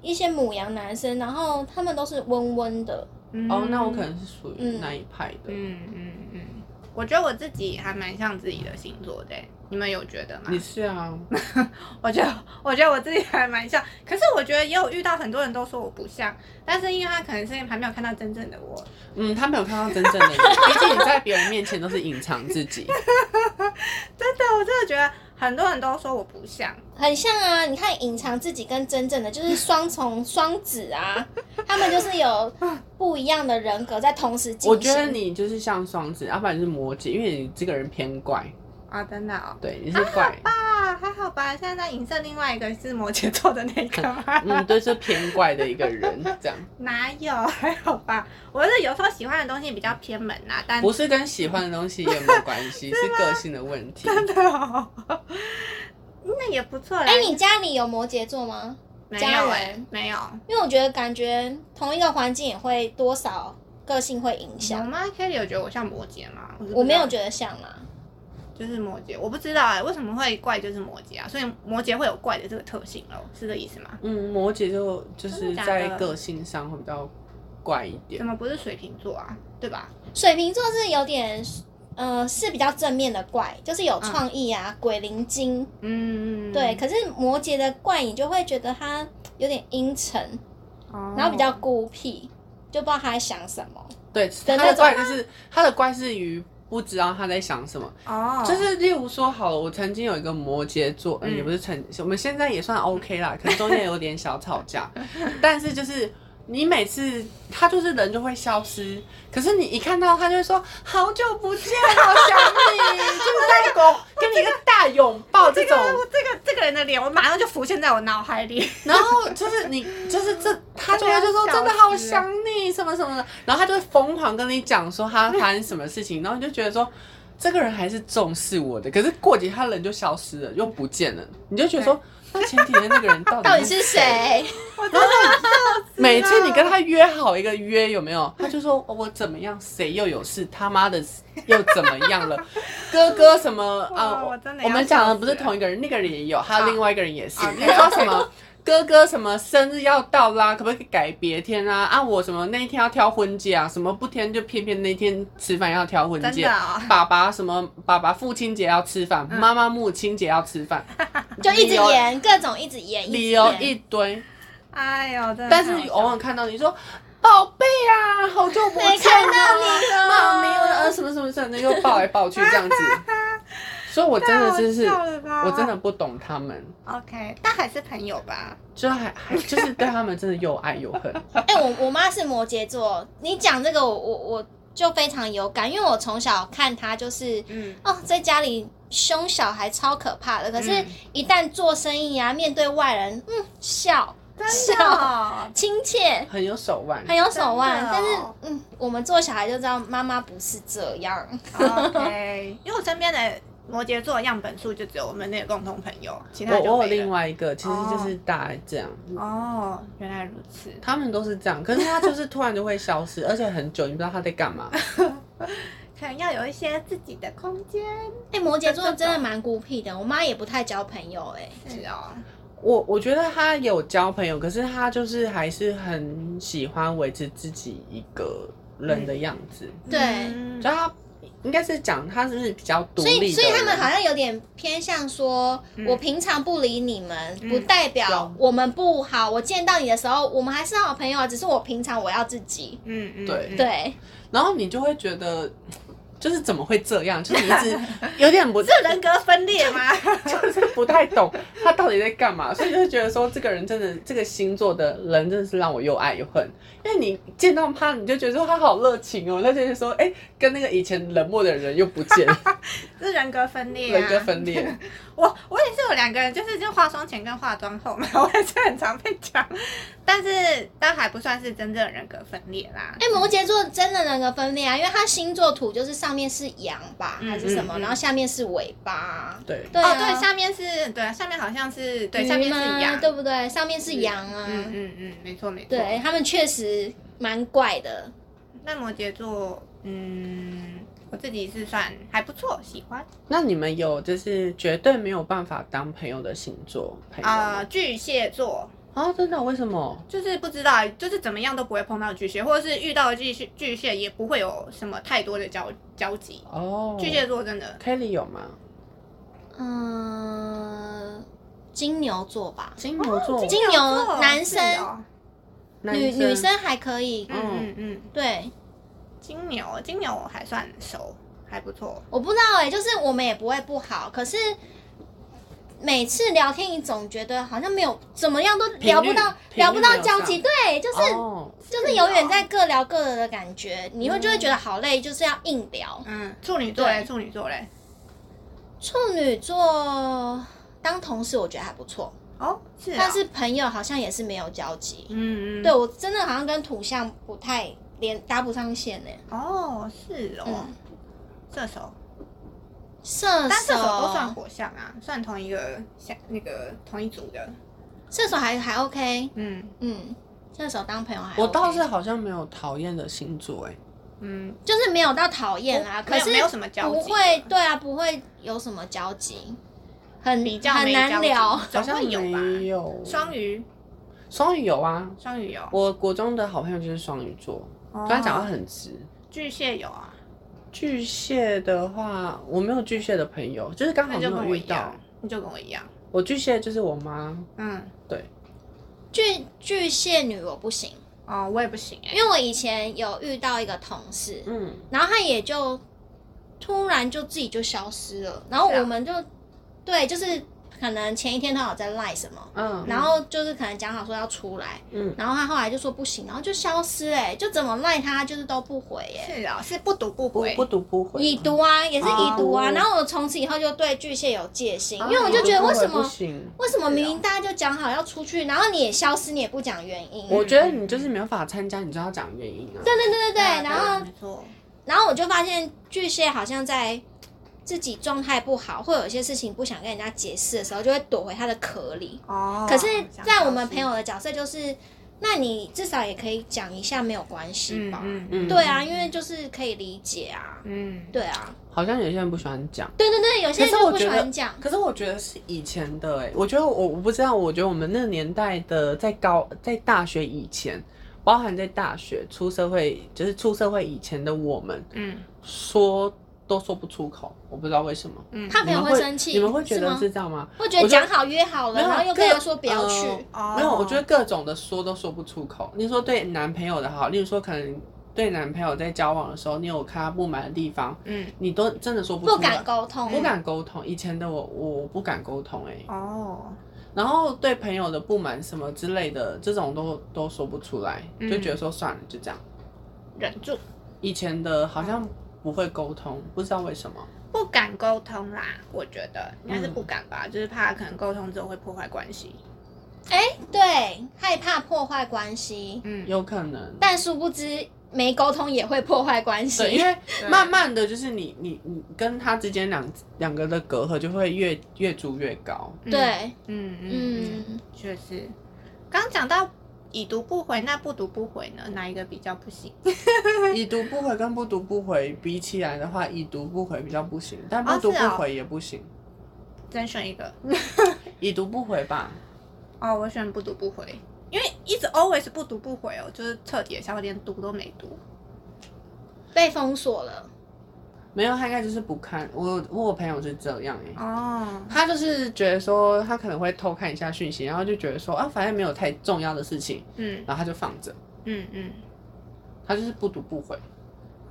[SPEAKER 2] 一些母羊男生，然后他们都是温温的，
[SPEAKER 3] 哦，那我
[SPEAKER 1] 嗯
[SPEAKER 3] 可能是属于
[SPEAKER 2] 嗯
[SPEAKER 3] 那一派的。
[SPEAKER 1] 嗯嗯嗯，我觉得我自己还蛮像自己的星座的欸，你们有觉得吗
[SPEAKER 3] 你？是啊，
[SPEAKER 1] 我觉得， 我觉得我自己还蛮像，可是我觉得也有遇到很多人都说我不像，但是因为他可能是还没有看到真正的我，
[SPEAKER 3] 嗯，他没有看到真正 的你，毕竟你在别人面前都是隐藏自 己。
[SPEAKER 1] 真的，我真的觉得很多人都说我不像，
[SPEAKER 2] 很像啊。你看，隐藏自己跟真正的就是双重双子 啊，他们就是有不一样的人格在同时进行。
[SPEAKER 3] 我觉得你就是像双子，要不然就是摩羯，因为你这个人偏怪，
[SPEAKER 1] 啊，真的哦。
[SPEAKER 3] 对，你是 怪，
[SPEAKER 1] 啊，还好吧。现在在影射另外一个是摩羯座的那个 吗
[SPEAKER 3] 嗯，对，是偏怪的一个人，这 样
[SPEAKER 1] 哪有？还好吧。我是有时候喜欢的东西比较偏门呐、但
[SPEAKER 3] 不是跟喜欢的东西也没有关系，是个性的问 题。
[SPEAKER 1] 真的哦， 那也不错啦。
[SPEAKER 2] 哎、你家里有摩羯座吗？
[SPEAKER 1] 没
[SPEAKER 2] 家
[SPEAKER 1] 有
[SPEAKER 2] 人
[SPEAKER 1] 哎、没有。
[SPEAKER 2] 因为我觉得感觉同一个环境也会多少个性会影
[SPEAKER 1] 我
[SPEAKER 3] 嗯
[SPEAKER 2] 响。
[SPEAKER 1] 妈 Kelly 有觉得我像摩羯吗？是不知道
[SPEAKER 2] 我没有觉得像啊啦，
[SPEAKER 1] 就是摩羯，我不知道哎、为什么会怪就是摩羯啊？所以摩羯会有怪的这个特性哦，是这意思吗？
[SPEAKER 3] 嗯，摩羯就就
[SPEAKER 1] 真
[SPEAKER 3] 是
[SPEAKER 1] 的假
[SPEAKER 3] 在
[SPEAKER 1] 的
[SPEAKER 3] 个性上会比较怪一点
[SPEAKER 1] 怎。么不是水瓶座啊？对吧？
[SPEAKER 2] 水瓶座是有点，呃，是比较正面的怪，就是有创意啊，鬼灵精。
[SPEAKER 1] 嗯，
[SPEAKER 2] 对，，可是摩羯的怪，你就会觉得他有点阴沉，
[SPEAKER 1] 哦
[SPEAKER 2] 然后比较孤僻，就不知道他在想什么。
[SPEAKER 3] 对，
[SPEAKER 2] 那
[SPEAKER 3] 他的
[SPEAKER 2] 种
[SPEAKER 3] 怪就是他的怪是于不知道他在想什么。
[SPEAKER 1] 哦，
[SPEAKER 3] 就是例如说好了，我曾经有一个摩羯座，嗯、
[SPEAKER 1] 嗯
[SPEAKER 3] 也不是曾，我们现在也算 OK 啦， 可能中间有点小吵架，但是就是你每次他就是人就会消失，可是你一看到他就会说好久不见，好想你，就是 在狗给你一个大拥抱这
[SPEAKER 1] 这个
[SPEAKER 3] 种，
[SPEAKER 1] 这个这个人的脸，我马上就浮现在我脑海里。
[SPEAKER 3] 然后就是你就是这他就会就说
[SPEAKER 1] 真的要
[SPEAKER 3] 真的好
[SPEAKER 1] 消失
[SPEAKER 3] 想你什么什么的，然后他就会疯狂跟你讲说他发生什么事情，然后你就觉得说。这个人还是重视我的，可是过几天他人就消失了，又不见了，你就觉得说，那前几天那个人到底
[SPEAKER 2] 到底是？谁？
[SPEAKER 1] 啊
[SPEAKER 3] 每次你跟他约好一个约，有没 有？他就说哦我怎么样，谁又有事，他妈的又怎么样了？ 哥哥什么啊？
[SPEAKER 1] 哇我真的要
[SPEAKER 3] 我们讲的不是
[SPEAKER 1] 笑死了
[SPEAKER 3] 同一个人，那个人也有，还有另外一个人也是。
[SPEAKER 1] 啊
[SPEAKER 3] 你说什么？哥哥什么生日要到啦，可不可以改别天啊？啊，我什么那一天要挑婚戒啊，什么不天就偏偏那天吃饭要挑婚
[SPEAKER 1] 真
[SPEAKER 3] 戒。
[SPEAKER 1] 的嗯哦
[SPEAKER 3] 爸爸什么爸爸父亲节要吃饭，妈妈母亲节要吃饭，
[SPEAKER 1] 啊
[SPEAKER 2] 就一直
[SPEAKER 3] 理由
[SPEAKER 2] 演各种，一直演，一直
[SPEAKER 3] 理由
[SPEAKER 2] 演
[SPEAKER 3] 一堆。
[SPEAKER 1] 哎呦，真的
[SPEAKER 3] 嗯但是哦你偶尔看到你说，宝贝啊，好久 不见了，
[SPEAKER 2] 没看到你 了
[SPEAKER 3] 妈咪，呃，什么什么什么，又抱来抱去这样子，所以我真的就是
[SPEAKER 1] 太好笑了吧
[SPEAKER 3] 我真的不懂他们，
[SPEAKER 1] OK，但还是朋友吧。
[SPEAKER 3] 就还还 就是对他们真的又爱又恨。
[SPEAKER 2] 哎、我我妈是摩羯座，你讲这个我我我就非常有感，因为我从小看她就是
[SPEAKER 1] 嗯，
[SPEAKER 2] 哦，在家里凶小孩超可怕的，可是
[SPEAKER 1] 嗯，
[SPEAKER 2] 一旦做生意啊，面对外人，嗯，笑
[SPEAKER 1] 真的哦、
[SPEAKER 2] 亲切，
[SPEAKER 3] 很有手腕，
[SPEAKER 2] 很有手腕，
[SPEAKER 1] 真的
[SPEAKER 2] 但是
[SPEAKER 1] 哦
[SPEAKER 2] 嗯，我们做小孩就知道妈妈不是这样，
[SPEAKER 1] OK，因为 我身边的摩羯座样本数就只有我们那个共同朋友，其他
[SPEAKER 3] 我
[SPEAKER 1] 就没
[SPEAKER 3] 我有
[SPEAKER 1] 了
[SPEAKER 3] 另外一个，其实就是大概这样。
[SPEAKER 1] 哦，原来如此。
[SPEAKER 3] 他们都是这样，可是他就是突然就会消失，而且很久，你不知道他在干 嘛。
[SPEAKER 1] 可能要有一些自己的空间。
[SPEAKER 2] 哎、摩羯座真的蛮孤僻的，我妈也不太交朋友、哎，
[SPEAKER 1] 是哦，
[SPEAKER 3] 我我觉得他有交朋友，可是他就是还是很喜欢维持自己一个人的样子，
[SPEAKER 2] 对
[SPEAKER 1] 嗯
[SPEAKER 3] 就他应该是讲他是比较独
[SPEAKER 2] 所以
[SPEAKER 3] 立的
[SPEAKER 2] 所以
[SPEAKER 3] 人，
[SPEAKER 2] 他们好像有点偏向说，我平常不理你们，
[SPEAKER 1] 嗯
[SPEAKER 2] 不代表
[SPEAKER 3] 懂
[SPEAKER 2] 我们不好，我见到你的时候，我们还是好朋友啊，只是我平常我要自己，
[SPEAKER 1] 嗯嗯，
[SPEAKER 3] 对
[SPEAKER 1] 嗯，
[SPEAKER 2] 对，
[SPEAKER 3] 然后你就会觉得。就是怎么会这样？就是你一 直有点不，
[SPEAKER 1] 这人格分裂 吗？
[SPEAKER 3] 就是不太懂他到底在干嘛，所以就会觉得说这个人真的，这个星座的人真的是让我又爱又恨。因为你见到他，你就觉得说他好热情哦，那就是说，哎、跟那个以前冷漠的人又不见了，
[SPEAKER 1] 是人格分裂、啊，
[SPEAKER 3] 人格分裂。
[SPEAKER 1] 我我也是有两个人，就是就化妆前跟化妆后嘛， 我也是很常被讲，但是但还不算是真正的人格分裂啦。
[SPEAKER 2] 哎、摩羯座真的人格分裂啊，因为它星座图就是上面是羊吧，
[SPEAKER 1] 嗯
[SPEAKER 2] 还是什么，
[SPEAKER 1] 嗯嗯
[SPEAKER 2] 然后下面是尾巴。
[SPEAKER 3] 对，
[SPEAKER 2] 对啊，
[SPEAKER 1] 哦，对，下面是对，下面好像是对，
[SPEAKER 2] 鱼
[SPEAKER 1] 下面
[SPEAKER 2] 吗
[SPEAKER 1] 是羊，
[SPEAKER 2] 对不对？上面是羊啊。
[SPEAKER 1] 嗯嗯嗯，没错没错。
[SPEAKER 2] 对，他们确实蛮怪的。
[SPEAKER 1] 那摩羯座，嗯，我自己是算还不错，喜欢
[SPEAKER 3] 那你们有就是绝对没有办法当朋友的星座朋友
[SPEAKER 1] 啊、
[SPEAKER 3] 吗？
[SPEAKER 1] 巨蟹座
[SPEAKER 3] 啊，真的？为什么？
[SPEAKER 1] 就是不知道，就是怎么样都不会碰到巨蟹，或者是遇到巨蟹巨蟹也不会有什么太多的交交集。
[SPEAKER 3] 哦，
[SPEAKER 1] 巨蟹座真的
[SPEAKER 3] Kelly 有吗？
[SPEAKER 2] 嗯，金牛座吧，
[SPEAKER 3] 金牛座，
[SPEAKER 2] 哦金牛
[SPEAKER 1] 座
[SPEAKER 2] 男
[SPEAKER 1] 是
[SPEAKER 2] 生
[SPEAKER 1] 哦
[SPEAKER 3] 男
[SPEAKER 2] 女女生还可以。
[SPEAKER 1] 嗯嗯嗯，
[SPEAKER 2] 对，
[SPEAKER 1] 金牛金牛我还算熟，还不错。
[SPEAKER 2] 我不知道哎、就是我们也不会不好，可是。每次聊天，你总觉得好像没有怎么样都聊不到
[SPEAKER 3] 频率
[SPEAKER 2] 聊不到
[SPEAKER 3] 没有上
[SPEAKER 2] 交集，对，就是
[SPEAKER 3] 哦，
[SPEAKER 2] 就是永远在各聊各的的感觉，你会就会觉得好累，就是要硬聊。
[SPEAKER 1] 嗯，处女座嘞，
[SPEAKER 2] 对
[SPEAKER 1] 处女座嘞，
[SPEAKER 2] 处女座当同事我觉得还不错，
[SPEAKER 1] 哦，是、啊，
[SPEAKER 2] 但是朋友好像也是没有交集。
[SPEAKER 1] 嗯嗯，
[SPEAKER 2] 对，我真的好像跟土象不太连搭不上线欸呢。
[SPEAKER 1] 哦，是哦，
[SPEAKER 2] 嗯
[SPEAKER 1] 射手，
[SPEAKER 2] 射
[SPEAKER 1] 但射
[SPEAKER 2] 手
[SPEAKER 1] 手都算火象啊，算同一个象，那个同一组的，
[SPEAKER 2] 射手还还 OK，
[SPEAKER 1] 嗯
[SPEAKER 2] 嗯，射手当朋友还 OK、
[SPEAKER 3] 我倒是好像没有讨厌的星座哎、
[SPEAKER 1] 嗯，
[SPEAKER 2] 就是没有到讨厌啦，
[SPEAKER 1] 没
[SPEAKER 2] 可
[SPEAKER 1] 有
[SPEAKER 2] 是
[SPEAKER 1] 没有什么交集
[SPEAKER 2] 不
[SPEAKER 1] 的，
[SPEAKER 2] 会对啊，不会有什么交集，很
[SPEAKER 1] 比较
[SPEAKER 2] 很
[SPEAKER 1] 没交
[SPEAKER 2] 难
[SPEAKER 1] 集
[SPEAKER 2] 聊。
[SPEAKER 1] 总
[SPEAKER 3] 好像
[SPEAKER 1] 会有吧？
[SPEAKER 3] 没有。
[SPEAKER 1] 双鱼，
[SPEAKER 3] 双鱼有啊，
[SPEAKER 1] 双鱼有，
[SPEAKER 3] 我国中的好朋友就是双鱼座，
[SPEAKER 1] 哦
[SPEAKER 3] 虽然讲话很直。
[SPEAKER 1] 巨蟹有啊，
[SPEAKER 3] 巨蟹的话，我没有巨蟹的朋友，就是刚好
[SPEAKER 1] 那
[SPEAKER 3] 没
[SPEAKER 1] 就
[SPEAKER 3] 有
[SPEAKER 1] 跟我
[SPEAKER 3] 遇
[SPEAKER 1] 一
[SPEAKER 3] 到
[SPEAKER 1] 样。，那就跟我一样，
[SPEAKER 3] 我巨蟹就是我妈，
[SPEAKER 1] 嗯，
[SPEAKER 2] 巨巨蟹女我不行。
[SPEAKER 1] 哦，我也不行哎、
[SPEAKER 2] 因为我以前有遇到一个同事，
[SPEAKER 3] 嗯，
[SPEAKER 2] 然后他也就突然就自己就消失了，然后
[SPEAKER 1] 是啊
[SPEAKER 2] 我们就、对，就是可能前一天他有在赖什么，
[SPEAKER 3] 嗯，
[SPEAKER 2] 然后就是可能讲好说要出来，
[SPEAKER 3] 嗯
[SPEAKER 2] 然后他后来就说不行，然后就消失、哎，就怎么赖他就是都不回、哎。
[SPEAKER 1] 是啊，是不读不
[SPEAKER 3] 不
[SPEAKER 1] 回，
[SPEAKER 3] 不读不回，
[SPEAKER 2] 已读啊，也是已读啊
[SPEAKER 3] 哦
[SPEAKER 2] 然后我从此以后就对巨蟹有戒心，
[SPEAKER 1] 哦
[SPEAKER 2] 因为我就觉得为什
[SPEAKER 3] 不
[SPEAKER 2] 么
[SPEAKER 3] 行？
[SPEAKER 2] 为什么明明大家就讲好要出去，然后你也消失，你也不讲原因。
[SPEAKER 3] 我觉得你就是没有办法参加，你就要讲原因啊。
[SPEAKER 2] 对对对对对，
[SPEAKER 1] 啊
[SPEAKER 2] 然后
[SPEAKER 1] 没错，
[SPEAKER 2] 然后我就发现巨蟹好像在自己状态不好，或有一些事情不想跟人家解释的时候，就会躲回他的壳里。
[SPEAKER 1] 哦，
[SPEAKER 2] 可是，在我们
[SPEAKER 1] 想
[SPEAKER 2] 朋友的角色就是，那你至少也可以讲一下，没有关系
[SPEAKER 1] 嗯
[SPEAKER 2] 吧？
[SPEAKER 1] 嗯
[SPEAKER 3] 嗯
[SPEAKER 2] 对啊，因为就是可以理解啊。
[SPEAKER 1] 嗯，
[SPEAKER 2] 对啊，
[SPEAKER 3] 好像有些人不喜欢讲。
[SPEAKER 2] 对对对，有些人
[SPEAKER 3] 可是
[SPEAKER 2] 就
[SPEAKER 3] 我
[SPEAKER 2] 不
[SPEAKER 3] 觉
[SPEAKER 2] 喜
[SPEAKER 3] 得
[SPEAKER 2] 欢讲。
[SPEAKER 3] 可是我觉得是以前的哎、我觉得我我不知道，我觉得我们那个年代的，在高在大学以前，包含在大学出社会，就是出社会以前的我们，
[SPEAKER 1] 嗯
[SPEAKER 3] 说都说不出口，我不知道为什么。
[SPEAKER 1] 嗯，
[SPEAKER 2] 怕朋友
[SPEAKER 3] 你们
[SPEAKER 2] 会生气，
[SPEAKER 3] 你们会觉
[SPEAKER 2] 是
[SPEAKER 3] 得
[SPEAKER 2] 吗
[SPEAKER 3] 是？这样吗？
[SPEAKER 2] 会觉得
[SPEAKER 3] 我觉
[SPEAKER 2] 讲
[SPEAKER 3] 得
[SPEAKER 2] 好约好了，
[SPEAKER 3] 没有啊
[SPEAKER 2] 然后又跟他
[SPEAKER 3] 各
[SPEAKER 2] 说不要去。
[SPEAKER 3] 呃
[SPEAKER 1] 哦
[SPEAKER 3] 没有，我觉得各种的说都说不出口。你说对男朋友的好，例如说可能对男朋友在交往的时候，你有看他不满的地方，
[SPEAKER 1] 嗯，
[SPEAKER 3] 你都真的说不出
[SPEAKER 2] 不
[SPEAKER 3] 来，
[SPEAKER 2] 敢沟通，
[SPEAKER 3] 哦不敢沟通。以前的我，我不敢沟通哎、
[SPEAKER 1] 哦，
[SPEAKER 3] 然后对朋友的不满什么之类的，这种都都说不出来，
[SPEAKER 1] 嗯
[SPEAKER 3] 就觉得说算了，就这样。
[SPEAKER 1] 忍住，
[SPEAKER 3] 以前的好像不会沟通，不知道为什么。
[SPEAKER 1] 不敢沟通啦，我觉得应该是
[SPEAKER 3] 嗯
[SPEAKER 1] 不敢吧，就是怕可能沟通之后会破坏关系。
[SPEAKER 2] 对，害怕破坏关系，
[SPEAKER 1] 嗯，
[SPEAKER 3] 有可能。
[SPEAKER 2] 但殊不知没沟通也会破坏关
[SPEAKER 3] 对，因
[SPEAKER 2] 系。
[SPEAKER 3] 为慢慢的就是你你你跟他之间两两个的隔阂就会越越筑越高。
[SPEAKER 1] 嗯，
[SPEAKER 2] 对，
[SPEAKER 1] 嗯嗯嗯，
[SPEAKER 2] 嗯，
[SPEAKER 1] 确实。刚讲到已读不回，那不读不回呢，哪一个比较不行？
[SPEAKER 3] 已读不回跟不读不回比起来的话，已读不回比较不行，但
[SPEAKER 1] 哦
[SPEAKER 3] 不读
[SPEAKER 1] 是哦
[SPEAKER 3] 不回也不行。
[SPEAKER 1] 真选一个。
[SPEAKER 3] 已读不回吧，
[SPEAKER 1] 哦，我选不读不回，因为一直 always 不读不回哦，就是彻底的消化，连读都没读。
[SPEAKER 2] 被封锁了，
[SPEAKER 3] 没有，他应该就是不看。我我有朋友是这样哎、
[SPEAKER 1] 哦，
[SPEAKER 3] 他就是觉得说他可能会偷看一下讯息，然后就觉得说啊，反正没有太重要的事情，
[SPEAKER 1] 嗯
[SPEAKER 3] 然后他就放着，
[SPEAKER 1] 嗯嗯，
[SPEAKER 3] 他就是不读不回。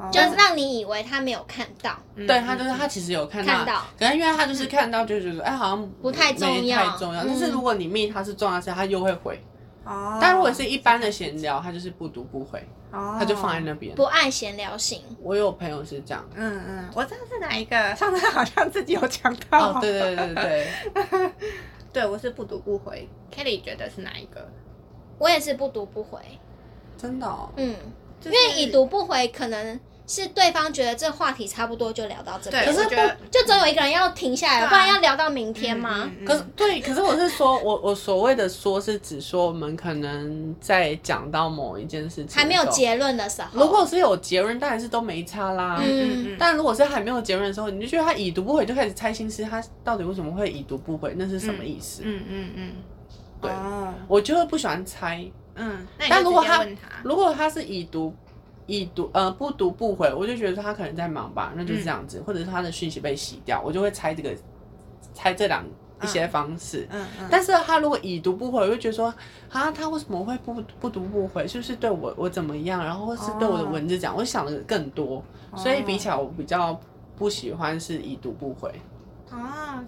[SPEAKER 1] 哦
[SPEAKER 2] 就是让你以为他没有看到，
[SPEAKER 1] 嗯
[SPEAKER 3] 对他就是
[SPEAKER 1] 嗯
[SPEAKER 3] 他其实有看到，
[SPEAKER 2] 看到
[SPEAKER 3] 可能因为他就是看到就觉得哎、好像
[SPEAKER 2] 不太重
[SPEAKER 3] 没
[SPEAKER 2] 要
[SPEAKER 3] 太重要。
[SPEAKER 2] 嗯
[SPEAKER 3] 但是如果你密他是重要的事，他又会回。
[SPEAKER 1] 哦，
[SPEAKER 3] 但如果是一般的闲聊，他就是不读不回，
[SPEAKER 1] 哦，
[SPEAKER 3] 他就放在那边。
[SPEAKER 2] 不爱闲聊型，
[SPEAKER 3] 我有朋友是这样。
[SPEAKER 1] 嗯嗯，我知道是哪一个，上次好像自己有讲到。
[SPEAKER 3] 哦，对对对对对，
[SPEAKER 1] 对，我是不读不回。Kelly 觉得是哪一个？
[SPEAKER 2] 我也是不读不回。
[SPEAKER 3] 真的、哦。
[SPEAKER 2] 嗯，
[SPEAKER 1] 因
[SPEAKER 2] 因为已读不回，可能是对方觉得这话题差不多就聊到这边，
[SPEAKER 1] 对
[SPEAKER 2] 可
[SPEAKER 1] 我
[SPEAKER 2] 是
[SPEAKER 1] 觉得
[SPEAKER 2] 不就总有一个人要停下来，
[SPEAKER 1] 对啊
[SPEAKER 2] 不然要聊到明天吗？
[SPEAKER 1] 嗯
[SPEAKER 3] 可是对，可是我是说，我我所谓的说是指说我们可能在讲到某一件事情的时候
[SPEAKER 2] 还没有。结论的时候，
[SPEAKER 3] 如果是有结论，当然是都没差啦。
[SPEAKER 2] 嗯
[SPEAKER 3] 但如果是还没有结论的时候，你就觉得他已读不回，就开始猜心思，他到底为什么会已读不回，那是什么意思？
[SPEAKER 1] 嗯嗯嗯，
[SPEAKER 3] 对
[SPEAKER 1] 哦
[SPEAKER 3] 我就会不喜欢猜。
[SPEAKER 1] 嗯，那你
[SPEAKER 3] 但
[SPEAKER 1] 就
[SPEAKER 3] 如果
[SPEAKER 1] 直接
[SPEAKER 3] 他
[SPEAKER 1] 问他，
[SPEAKER 3] 如果他是已读已读呃不读不回，我就觉得说他可能在忙吧，那就是这样子，或者是他的讯息被洗掉，我就会猜这个猜这两一些方式。
[SPEAKER 1] 嗯嗯，
[SPEAKER 3] 但是他如果已读不回，我就觉得说，啊，他为什么会不不读不回？是不是对我我怎么样？然后或是对我的
[SPEAKER 2] 哦
[SPEAKER 3] 文字讲，我想的更多，所以比起来我比较不喜欢是已读不回，
[SPEAKER 1] 哦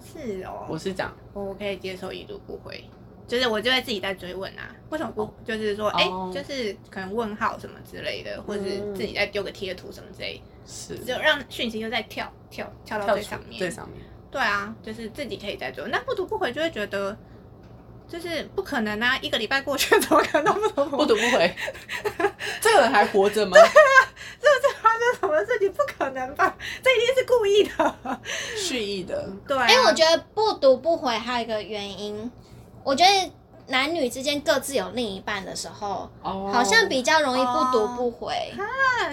[SPEAKER 1] 是哦，
[SPEAKER 3] 我是讲
[SPEAKER 1] 我我可以接受已读不回，就是我就会自己在追问啊，为什么不、就是说，哎、
[SPEAKER 3] 哦
[SPEAKER 1] 就是可能问号什么之类的，或者是
[SPEAKER 3] 嗯
[SPEAKER 1] 自己再丢个贴图什么之类
[SPEAKER 3] 是
[SPEAKER 1] 的，就让讯息又再跳跳跳到
[SPEAKER 3] 跳
[SPEAKER 1] 最
[SPEAKER 3] 出
[SPEAKER 1] 上面。
[SPEAKER 3] 最上面，
[SPEAKER 1] 对啊，就是自己可以再追问，那不读不回就会觉得。就是不可能啊！一个礼拜过去，怎么可能都不读不
[SPEAKER 3] 不
[SPEAKER 1] 回？
[SPEAKER 3] 读不回， 这个人还活着吗？
[SPEAKER 1] 发生什么事情？不可能吧？ 这一定是故意的。
[SPEAKER 3] 蓄意 的，
[SPEAKER 1] 对、啊，
[SPEAKER 2] 因哎为我觉得不读不回还有一个原因，我觉得男女之间各自有另一半的时候，
[SPEAKER 3] 哦
[SPEAKER 2] 好像比较容易不读不回。
[SPEAKER 1] 得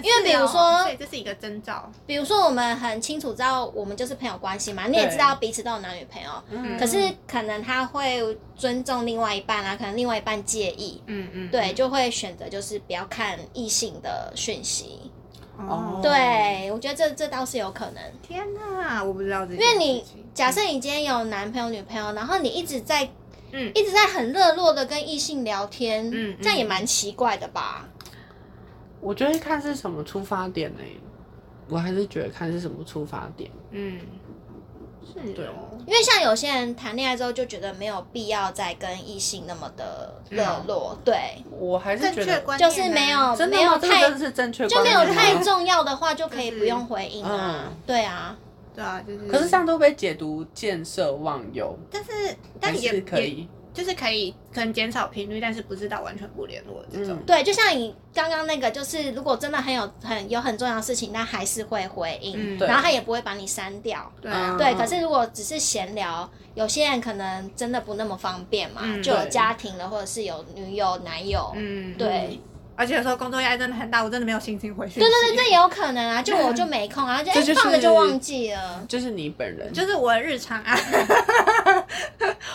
[SPEAKER 2] 因为比如说
[SPEAKER 1] 哦对，这是一个征兆。
[SPEAKER 2] 比如说我们很清楚知道我们就是朋友关系嘛，你也知道彼此都有男女朋友，
[SPEAKER 3] 嗯
[SPEAKER 2] 可是可能他会尊重另外一半啊，可能另外一半介意。
[SPEAKER 1] 嗯嗯，
[SPEAKER 2] 对，就会选择就是不要看异性的讯息。
[SPEAKER 1] 哦
[SPEAKER 3] 哦，
[SPEAKER 2] 对，我觉得这这倒是有可能。
[SPEAKER 1] 天哪，我不知道这件
[SPEAKER 2] 因为
[SPEAKER 1] 事情。
[SPEAKER 2] 你假设你今天有男朋友女朋友，然后你一直在，
[SPEAKER 1] 嗯
[SPEAKER 2] 一直在很热络的跟异性聊天，
[SPEAKER 1] 嗯
[SPEAKER 2] 这样也蛮奇怪的吧？
[SPEAKER 3] 我觉得看是什么出发点呢、我还是觉得看是什么出发点。
[SPEAKER 1] 嗯，是
[SPEAKER 3] 对
[SPEAKER 1] 哦，
[SPEAKER 2] 因为像有些人谈恋爱之后就觉得没有必要再跟异性那么的热络，对，
[SPEAKER 3] 我还是
[SPEAKER 1] 正
[SPEAKER 3] 觉
[SPEAKER 1] 确
[SPEAKER 3] 得
[SPEAKER 1] 观
[SPEAKER 2] 就
[SPEAKER 1] 念啊
[SPEAKER 2] 是
[SPEAKER 1] 呢
[SPEAKER 2] 没有
[SPEAKER 3] 真的
[SPEAKER 2] 没有
[SPEAKER 3] 吗？这个
[SPEAKER 2] 太
[SPEAKER 3] 真的是正确
[SPEAKER 2] 就
[SPEAKER 3] 观
[SPEAKER 2] 没
[SPEAKER 3] 念
[SPEAKER 2] 有
[SPEAKER 3] 吗，
[SPEAKER 2] 太重要的话就可以
[SPEAKER 1] 就是
[SPEAKER 2] 不用回应啊，
[SPEAKER 3] 嗯
[SPEAKER 2] 对啊，
[SPEAKER 1] 对啊，就是
[SPEAKER 3] 可是这样都被解读建设忘忧，
[SPEAKER 1] 但是
[SPEAKER 3] 还
[SPEAKER 1] 但也
[SPEAKER 3] 是可
[SPEAKER 1] 也
[SPEAKER 3] 以。嗯
[SPEAKER 1] 就是可以可能减少频率，但是不知道完全不联络这种
[SPEAKER 3] 嗯。
[SPEAKER 2] 对，就像你刚刚那个，就是如果真的很有很有很重要的事情，那还是会回应，
[SPEAKER 1] 嗯
[SPEAKER 3] 对
[SPEAKER 2] 然后他也不会把你删掉，
[SPEAKER 1] 对啊，
[SPEAKER 2] 对，
[SPEAKER 3] 嗯
[SPEAKER 2] 可是如果只是闲聊，有些人可能真的不那么方便嘛，
[SPEAKER 1] 嗯
[SPEAKER 2] 就有
[SPEAKER 3] 对
[SPEAKER 2] 家庭了，或者是有女友、男友，
[SPEAKER 1] 嗯，
[SPEAKER 2] 对，
[SPEAKER 1] 而且有时候工作压力真的很大，我真的没有心情回去。
[SPEAKER 2] 对对对，这也有可能啊，就我就没空啊，就
[SPEAKER 3] 这
[SPEAKER 2] 哎
[SPEAKER 3] 就是
[SPEAKER 2] 放着就忘记了。
[SPEAKER 3] 就是你本人，
[SPEAKER 1] 就是我的日常啊，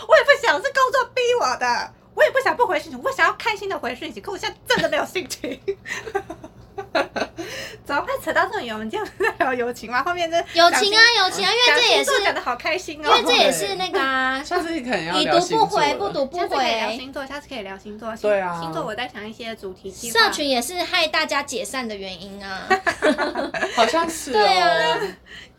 [SPEAKER 1] 我也不想是工作逼我的，我也不想不回讯息，我想要开心的回讯息，可我现在真的没有心情。 怎么会扯到这种友情？这样在聊友情吗？后面这
[SPEAKER 2] 友情啊，友情啊，因为
[SPEAKER 1] 讲
[SPEAKER 2] 这也
[SPEAKER 1] 星
[SPEAKER 2] 是
[SPEAKER 1] 座，讲的好开心
[SPEAKER 2] 因
[SPEAKER 1] 哦。
[SPEAKER 2] 为这也是那个啊，
[SPEAKER 3] 下次可能要
[SPEAKER 2] 已
[SPEAKER 3] 聊
[SPEAKER 2] 读
[SPEAKER 3] 星
[SPEAKER 2] 不
[SPEAKER 3] 座
[SPEAKER 2] 回，
[SPEAKER 3] 了
[SPEAKER 2] 不读不
[SPEAKER 1] 下次可以聊
[SPEAKER 2] 回。
[SPEAKER 1] 星座，下次可以聊星座。
[SPEAKER 3] 对啊
[SPEAKER 1] 星座我在想一些主题计划。
[SPEAKER 2] 社群也是害大家解散的原因 啊，
[SPEAKER 3] 好像是哦。
[SPEAKER 2] 对啊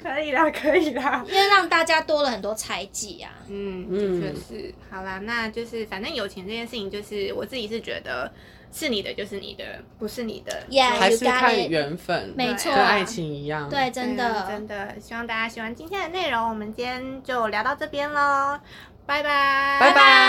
[SPEAKER 1] 可以啦，可以啦。
[SPEAKER 2] 因为让大家多了很多猜忌啊。
[SPEAKER 1] 嗯，的
[SPEAKER 3] 嗯
[SPEAKER 1] 确是。好啦，那就是反正有钱这件事情，就是我自己是觉得是你的就是你的，不是你的
[SPEAKER 2] Yeah，
[SPEAKER 1] 就
[SPEAKER 3] 还是
[SPEAKER 2] you got
[SPEAKER 3] 看
[SPEAKER 2] it
[SPEAKER 3] 缘分，
[SPEAKER 2] 没错啊
[SPEAKER 3] 跟爱情一样。
[SPEAKER 2] 对，真
[SPEAKER 1] 嗯
[SPEAKER 2] 的，
[SPEAKER 1] 真的，希望大家喜欢今天的内容，我们今天就聊到这边喽，拜拜，
[SPEAKER 3] 拜拜。